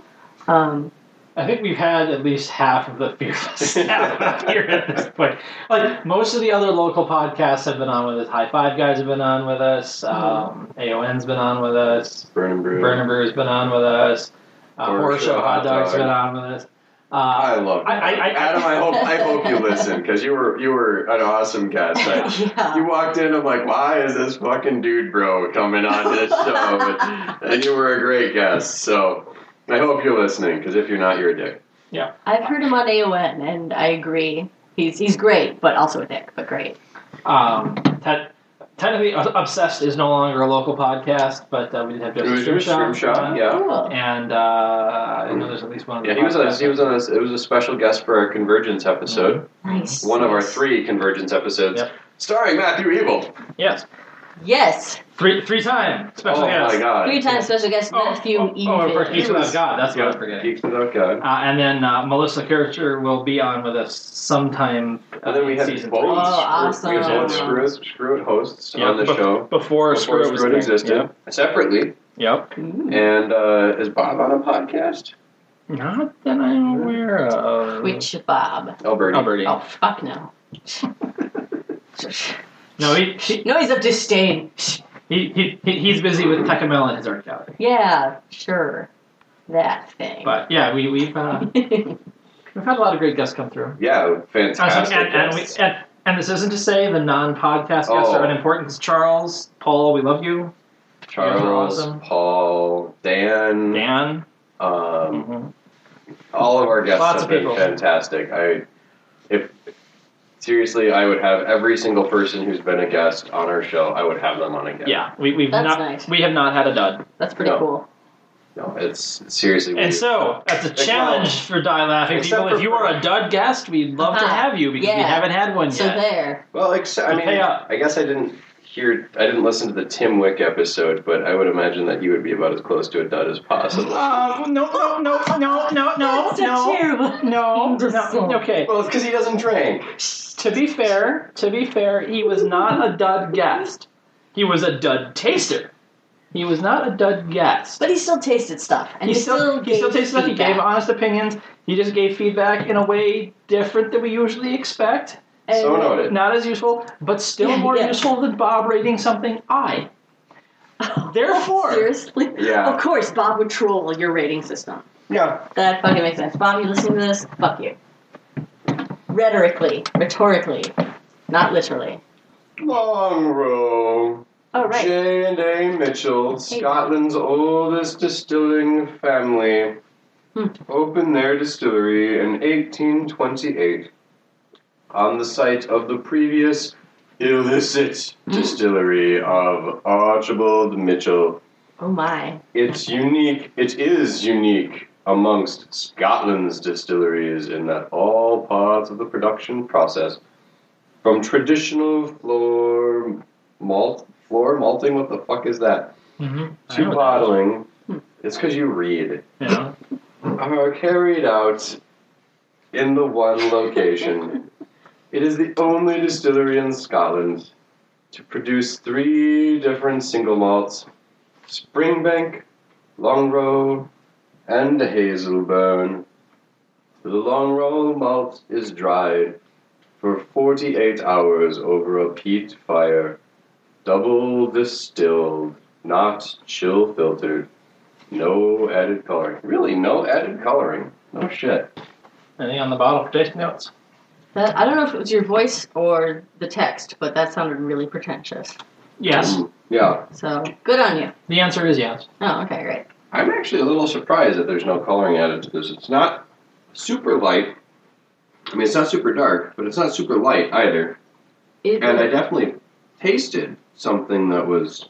C: Um,
B: I think we've had at least half of the fearless staff up here at this point. Like most of the other local podcasts have been on with us. High Five guys have been on with us. Um, AON's been on with us.
A: Burn and brew.
B: Burner Brew's been on with us. Uh,
A: Horror
B: Horror
A: Show
B: Show Hot
A: Hot
B: Dog's
A: Dog.
B: been on with us. Uh,
A: I love
B: I- I- I-
A: Adam. I hope I hope you listen because you were you were an awesome guest. I,
C: yeah.
A: you walked in. I'm like, why is this fucking dude bro coming on this show? and you were a great guest. So I hope you're listening because if you're not, you're a dick.
C: I've heard him on AON, and I agree. He's he's great, but also a dick, but great.
B: um, te- technically, Obs- Obsessed is no longer a local podcast, but uh, we did have Joseph Scrimshaw.
A: Shrimp shop,
B: on.
A: yeah.
C: Oh, Cool.
B: And uh, I know there's at least one. Of
A: Yeah, he was on. He was on. This, it was a special guest for our Convergence episode,
C: Nice.
A: one of our
C: Yes.
A: three Convergence episodes,
B: Yep.
A: starring Matthew Evil.
B: Yes,
C: Yes.
B: three three time special
A: oh
B: guest.
A: my god!
C: Three times special guest
B: Oh,
C: Matthew
B: oh,
C: Evil.
B: oh, for Geeks
A: He
B: Without
A: was-
B: God. That's what
A: Yeah,
B: I'm forgetting.
A: Geeks Without God.
B: Uh, and then uh, Melissa Kircher will be on with us sometime. Uh,
A: And then we
B: in
A: had both.
B: season
A: Screw-
B: three.
C: awesome.
A: We had both screw it, screw it hosts
B: Yeah,
A: on the
B: bef-
A: show.
B: before, Screw It was
A: Screw It
B: there.
A: existed
B: Yep.
A: separately.
B: yep.
C: Mm.
A: And uh, is Bob on a podcast?
B: Not that I'm aware of.
C: Which Bob?
A: Alberti.
B: Alberti.
C: Oh fuck no.
B: No, he, he,
C: Noise of disdain.
B: he, he, he's busy with Tecumel and his art gallery.
C: Yeah, sure. That thing.
B: But yeah, we, we've uh, we've had a lot of great guests come through.
A: Yeah,
B: Awesome.
A: fantastic.
B: And, and, we,
A: guests.
B: and, and this isn't to say the non-podcast guests are
A: Oh.
B: unimportant. It's Charles, Paul, we love you.
A: Charles,
B: Awesome.
A: Paul, Dan,
B: Dan.
A: Um,
B: Mhm.
A: all of our guests
B: Lots
A: have
B: of
A: been
B: people.
A: fantastic. I, if seriously, I would have every single person who's been a guest on our show. I would have them on again.
B: Yeah, we, we've
C: That's
B: not
C: nice.
B: we have not had a dud.
C: That's pretty
A: No.
C: cool.
A: No, it's seriously. we-
B: And so that's a
A: Except-
B: challenge for Die Laughing
A: Except
B: people. If
A: for-
B: you are a dud guest, we'd love to
C: Uh-huh.
B: have you because we
C: Yeah.
B: haven't had one
C: So
B: yet.
C: there.
A: well, except, I
B: You
A: mean,
B: pay up.
A: I guess I didn't hear, I didn't listen to the Tim Wick episode, but I would imagine that he would be about as close to a dud as possible.
B: Um, no, no, no, no, no, no,
C: That's so
B: no,
C: terrible.
B: no,
C: Just
B: no.
C: so-
B: Okay,
A: Well, it's because he doesn't drink.
B: to be fair, to be fair, he was not a dud guest. He was a dud taster. He was not a dud guest.
C: But he still tasted stuff, and
B: He still, he
C: gave
B: still tasted stuff. He
C: feedback.
B: gave honest opinions. He just gave feedback in a way different than we usually expect.
A: So noted.
B: Not as useful, but still
C: Yeah,
B: more
C: yeah.
B: useful than Bob rating something I. Therefore,
C: Seriously?
A: Yeah.
C: Of course, Bob would troll your rating system.
A: Yeah.
C: That fucking makes sense. Bob, you listening to this? Fuck you. Rhetorically, rhetorically, not literally.
A: Long row.
C: Oh, right.
A: J and A Mitchell, Scotland's oldest distilling family,
C: Hmm.
A: opened their distillery in 1828 on the site of the previous illicit
C: Hmm.
A: distillery of Archibald Mitchell.
C: Oh, my.
A: It's unique. It is unique amongst Scotland's distilleries in that all parts of the production process, from traditional floor malt, floor malting. What the fuck is that?
B: Mhm. I
A: To
B: know that.
A: bottling.
C: Hmm.
A: It's because you read.
B: Yeah.
A: Are carried out in the one location. it is the only distillery in Scotland to produce three different single malts Springbank, Longrow, and Hazelburn. The Longrow malt is dried for 48 hours over a peat fire, double distilled, not chill filtered. No added coloring. Really, no added coloring. No shit.
B: Anything on the bottle for tasting notes?
C: That, I don't know if it was your voice or the text, but that sounded really pretentious.
B: Yes.
A: Mm, Yeah.
C: So, good on you.
B: The answer is yes.
C: Oh, okay, great.
A: I'm actually a little surprised that there's no coloring added to this. It's not super light. I mean, it's not super dark, but it's not super light either.
C: It,
A: And I definitely tasted something that was.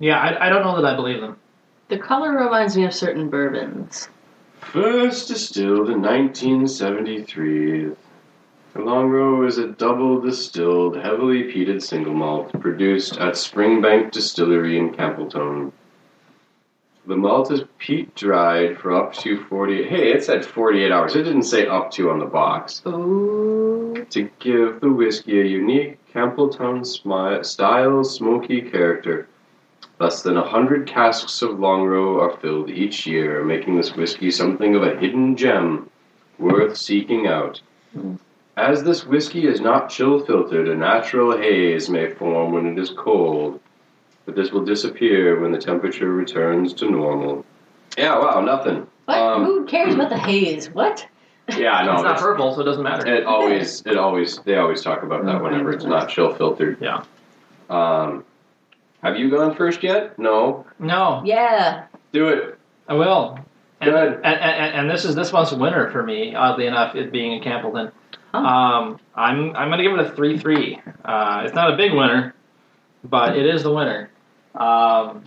B: Yeah, I, I don't know that I believe them.
C: the color reminds me of certain bourbons.
A: First distilled in 1973, the Longrow is a double distilled, heavily peated single malt produced at Springbank Distillery in Campbelltown. The malt is peat dried for up to 40. Hey, it said 48 hours. It didn't say up to on the box.
C: Ooh.
A: To give the whiskey a unique Campbelltown smi- style smoky character. Less than 100 casks of Longrow are filled each year, making this whiskey something of a hidden gem worth seeking out.
C: Mm.
A: As this whiskey is not chill filtered, a natural haze may form when it is cold, but this will disappear when the temperature returns to normal. Yeah, wow, nothing.
C: What?
A: Um,
C: Who cares about the haze? What?
A: Yeah, I know.
B: it's not
A: it's-
B: purple, so it doesn't matter.
A: it always, it always, they always talk about that whenever it's not chill filtered.
B: Yeah.
A: Um, have you gone first yet? No.
B: no,
C: Yeah.
A: Do it.
B: I will. And,
A: Good.
B: And, and, and this is this month's winner for me, oddly enough, it being in Campbellton.
C: Huh.
B: Um, I'm I'm gonna give it a three three. Uh, it's not a big winner, but it is the winner. Um,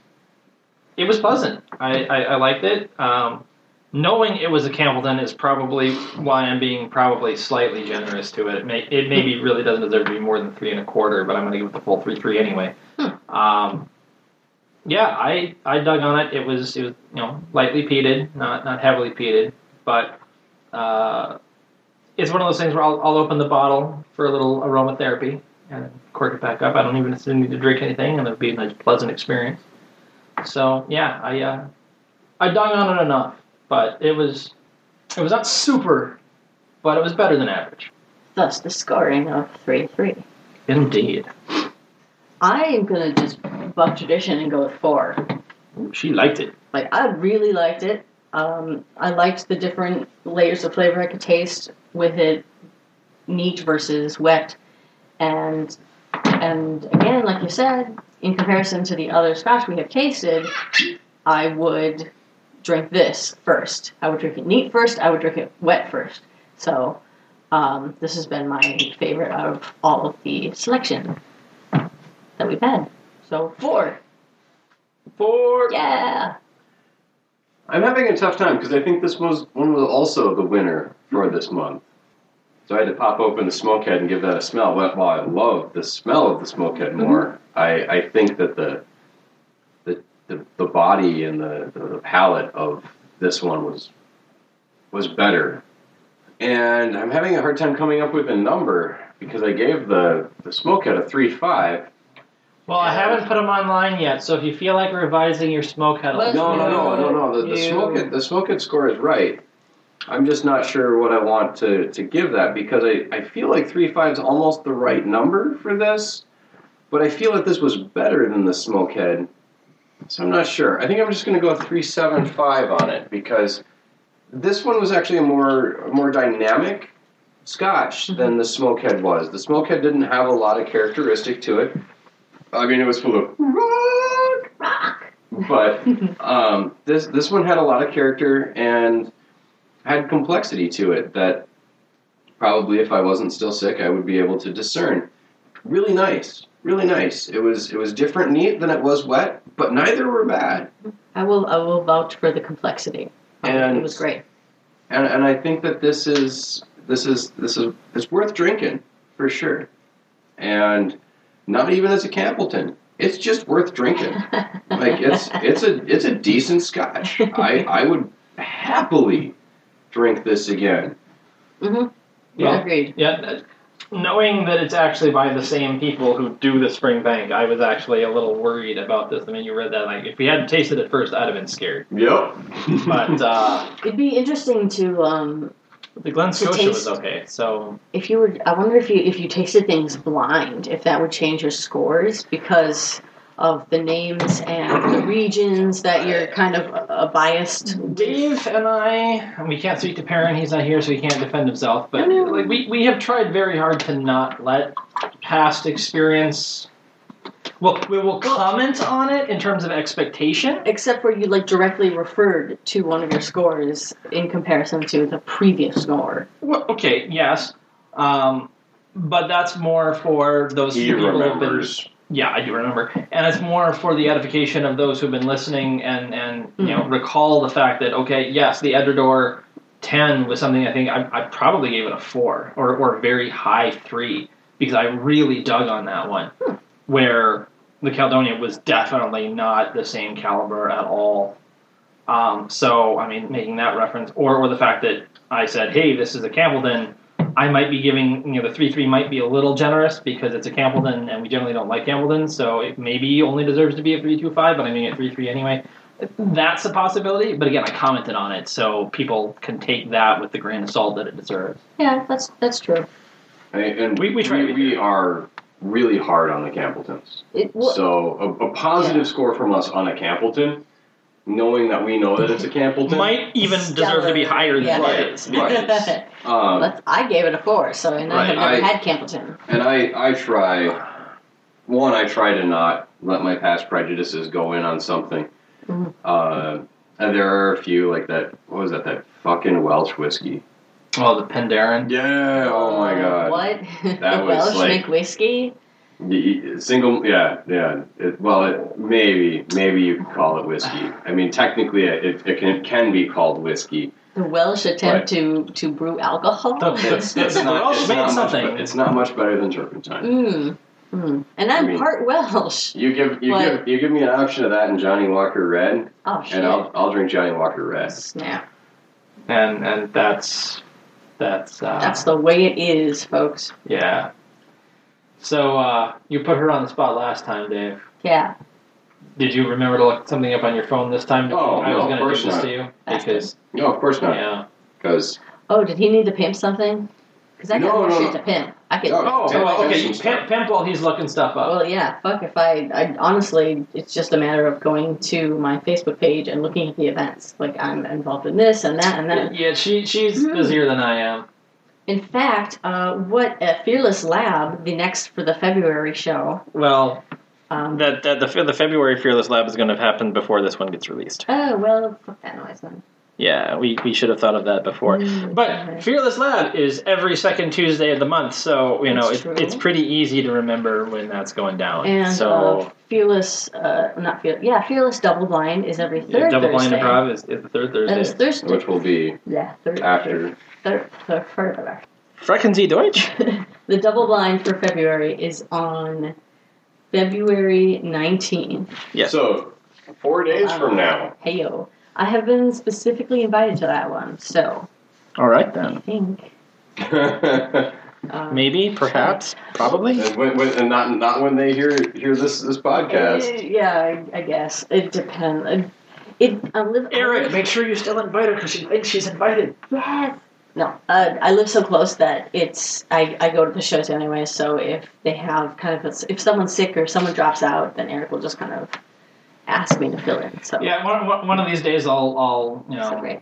B: it was pleasant. I, I, I liked it. Um, knowing it was a Campbellton is probably why I'm being probably slightly generous to it. It, may, it maybe really doesn't deserve to be more than three and a quarter, but I'm gonna give it the full three three anyway. Um, yeah, I, I dug on it. It was it was you know lightly peated, not not heavily peated, but uh, it's one of those things where I'll, I'll open the bottle for a little aromatherapy and cork it back up. I don't even necessarily need to drink anything, and it'll be a nice pleasant experience. So yeah, I uh, I dug on it enough, but it was it was not super, but it was better than average.
C: Thus, the scoring of 3 3.
B: Indeed,
C: I am going to just buck tradition and go with 4.
B: she liked it.
C: Like I really liked it. Um, I liked the different layers of flavor I could taste with it, neat versus wet, and and again, like you said, in comparison to the other scotch we have tasted, I would drink this first. I would drink it neat first. I would drink it wet first. So um, this has been my favorite out of all of the selection that we've had. So four,
B: Four.
C: yeah.
A: I'm having a tough time because I think this was one was also the winner for this month. So I had to pop open the smokehead and give that a smell. But while I love the smell of the smokehead more, I, I think that the the the, the body and the, the, the palate of this one was was better. And I'm having a hard time coming up with a number because I gave the, the smokehead a three five.
B: Well, I haven't put them online yet, so if you feel like revising your smoke kettle,
C: Well,
A: No, no, no, no, no. The, the
C: You-
A: smokehead the smokehead score is right. I'm just not sure what I want to, to give that because I, I feel like three five's almost the right number for this, but I feel that this was better than the smokehead. So I'm not sure. I think I'm just going to go three seven five on it because this one was actually a more more dynamic scotch than the smokehead was. The smokehead didn't have a lot of characteristic to it. I mean, it was full of rock, rock, but um, this this one had a lot of character and had complexity to it that probably if I wasn't still sick I would be able to discern. Really nice, really nice. It was it was different neat than it was wet, but neither were bad.
C: I will I will vouch for the complexity.
A: And
C: it was great.
A: and and I think that this is this is this is it's worth drinking for sure, and not even as a Campbellton. It's just worth drinking. like it's it's a it's a decent scotch. I I would happily drink this again.
C: hmm
B: Yeah.
C: Agreed.
B: Yeah, that- knowing that it's actually by the same people who do the Spring Bank, I was actually a little worried about this. I mean, you read that, like, if we hadn't tasted it first, I'd have been scared.
A: Yep.
B: But uh,
C: It'd be interesting to um,
B: the Glen
C: To
B: Scotia
C: taste-
B: was okay, so
C: if you were. I wonder if you if you tasted things blind, if that would change your scores because of the names and the regions that you're kind of uh, biased.
B: Dave and I, and we can't speak to Perrin, he's not here, so he can't defend himself, but
C: No, no.
B: like, we, we have tried very hard to not let past experience. Well, we will comment on it in terms of expectation,
C: Except where you like directly referred to one of your scores in comparison to the previous score.
B: Well, okay, yes, um, but that's more for those
A: He
B: people who've been-
A: remembers.
B: yeah, I do remember, and it's more for the edification of those who've been listening and and you know recall the fact that okay, yes, the Edredor ten was something I think I, I probably gave it a four or or a very high three because I really dug on that one where the Caledonia was definitely not the same caliber at all. Um, so, I mean, making that reference, or, or the fact that I said, hey, this is a Campbellton, I might be giving, you know, the 3 3 might be a little generous because it's a Campbellton and we generally don't like Campbelltons, so it maybe only deserves to be a 3 2 5, but I'm going to 3 3 anyway. That's a possibility, but again, I commented on it, so people can take that with the grain of salt that it deserves.
C: Yeah, that's that's true.
A: I- and
B: We- we try to
A: we,
B: be
A: we are really hard on the Campbelltons.
C: It, well,
A: so a, a positive
C: Yeah.
A: score from us on a Campbellton, knowing that we know that it's a Campbellton.
B: Might even deserve to be
C: Stellar.
B: higher than
C: Yeah.
B: it is. because-
A: um,
C: That's, I gave it a four, so and I have
A: Right,
C: never
A: I-
C: had Campbellton.
A: and I, I try, one, I try to not let my past prejudices go in on something.
C: Mhm.
A: Uh, and there are a few like that. What was that? That fucking Welsh whiskey.
B: Well, the Pandaren.
A: Yeah. Oh my
C: Uh,
A: god.
C: What?
A: That
C: the
A: was
C: Welsh
A: like-
C: make whiskey?
A: The single, yeah, yeah. It, well, it, maybe, maybe you could call it whiskey. I mean, technically, it, it, can, it can be called whiskey.
C: The Welsh
A: Right.
C: attempt to, to brew alcohol?
B: The-
A: It's, it's
B: We're all
A: not, it's,
B: made
A: not much,
B: something.
A: be- it's not much better than turpentine.
C: mm, mm. And I'm
A: I mean-
C: part Welsh.
A: You give you
C: What?
A: give you give me an option of that and Johnny Walker Red,
C: Oh, shit.
A: and I'll I'll drink Johnny Walker Red.
C: Snap.
B: and and that's that's uh,
C: That's the way it is, folks.
B: yeah. So uh, you put her on the spot last time, Dave.
C: Yeah.
B: Did you remember to look something up on your phone this time?
A: Oh,
B: I
A: no,
B: was
A: of
B: gonna
A: course
B: do this
A: not.
B: to you
C: That's
B: because
A: No, of course not,
B: yeah.
A: because
C: Oh, did he need to pimp something? Because I got
A: No,
C: more
A: no,
C: shit
A: no.
C: to pimp. I could.
A: No.
B: Oh,
A: Tim-
B: well,
A: Tim-
B: okay.
A: Tim-
B: You pimp, pimp while he's looking stuff up.
C: Well, yeah. Fuck if I, I. Honestly, it's just a matter of going to my Facebook page and looking at the events. Like I'm involved in this and that and that.
B: yeah, Mm-hmm. she she's
C: Mhm.
B: busier than I am.
C: In fact, uh, what at Fearless Lab, the next for the February show.
B: Well,
C: Um,
B: that, that the the February Fearless Lab is going to happen before this one gets released.
C: oh well, fuck that noise then.
B: Yeah, we, we should have thought of that before.
C: Mm, okay.
B: But Fearless Lab is every second Tuesday of the month, so you know
C: That's
B: it,
C: true.
B: it's pretty easy to remember when that's going down.
C: And
B: so
C: uh, Fearless, uh, not Fearless, yeah, Fearless Double Blind is every
B: yeah,
C: third
B: double blind
C: Thursday.
B: improv is, is the third
C: That
B: Thursday.
C: is Thursday.
A: which will be
C: yeah, third,
A: after.
C: Third, third, third,
B: Frecken Sie Deutsch.
C: the Double Blind for February is on February nineteenth.
B: Yes.
A: So four days from now.
C: Heyo, I have been specifically invited to that one, so
B: All right
C: I
B: then.
C: think.
A: and,
C: Um,
B: Maybe, perhaps, probably.
A: when, when, and not
C: Eh,
A: not when they hear hear this this podcast.
C: Uh, yeah, I, I guess it depends. It I live.
D: Eric, make sure you still invite her because she thinks she's invited.
C: Yes. No, uh, I live so close that it's I, I go to the shows anyway. So if they have kind of a, if someone's sick or someone drops out, then Eric will just kind of ask me to fill in. So
B: Yeah, one- one, one of these days I'll, I'll you
C: so
B: know,
C: great.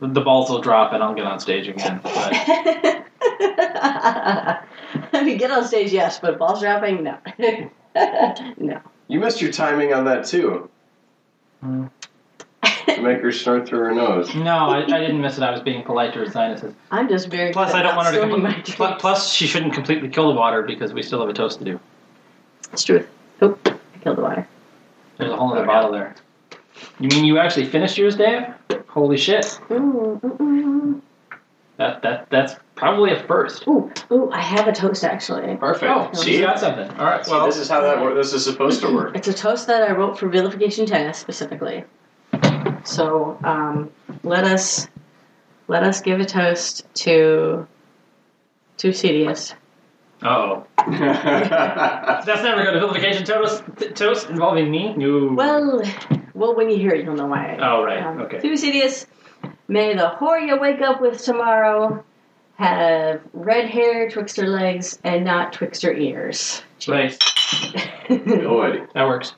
B: the- the balls will drop and I'll get on stage again. But
C: I mean, get on stage, yes, but ball dropping, no, no.
A: You missed your timing on that too.
B: Hmm.
A: To make her snort through her nose.
B: no, I, I didn't miss it. I was being polite to her sinuses.
C: I'm just very.
B: Plus,
C: good
B: I don't
C: at
B: want her to.
C: sorting my
B: compl- pl-
C: drinks.
B: plus, she shouldn't completely kill the water because we still have a toast to do.
C: It's true. Oop, I killed the water.
B: There's a whole other bottle there. You mean you actually finished yours, Dave? Holy shit!
C: Ooh, ooh, ooh.
B: That that that's probably a first.
C: Ooh, ooh, I have a toast actually.
D: Perfect.
B: Oh,
D: See,
B: she got something. All right.
D: See,
B: Well,
D: this is how that wor- this is supposed to work.
C: It's a toast that I wrote for Vilification Tennis specifically. So um, let us let us give a toast to to Sidious.
B: oh, that's never going to vilification toast toast involving me. No.
C: Well, well, when you hear it, you'll know why.
B: Oh right.
C: Um,
B: Okay.
C: To Sidious, may the whore you wake up with tomorrow have red hair twixt her legs and not twixt her ears.
B: Nice.
A: Good.
B: That works.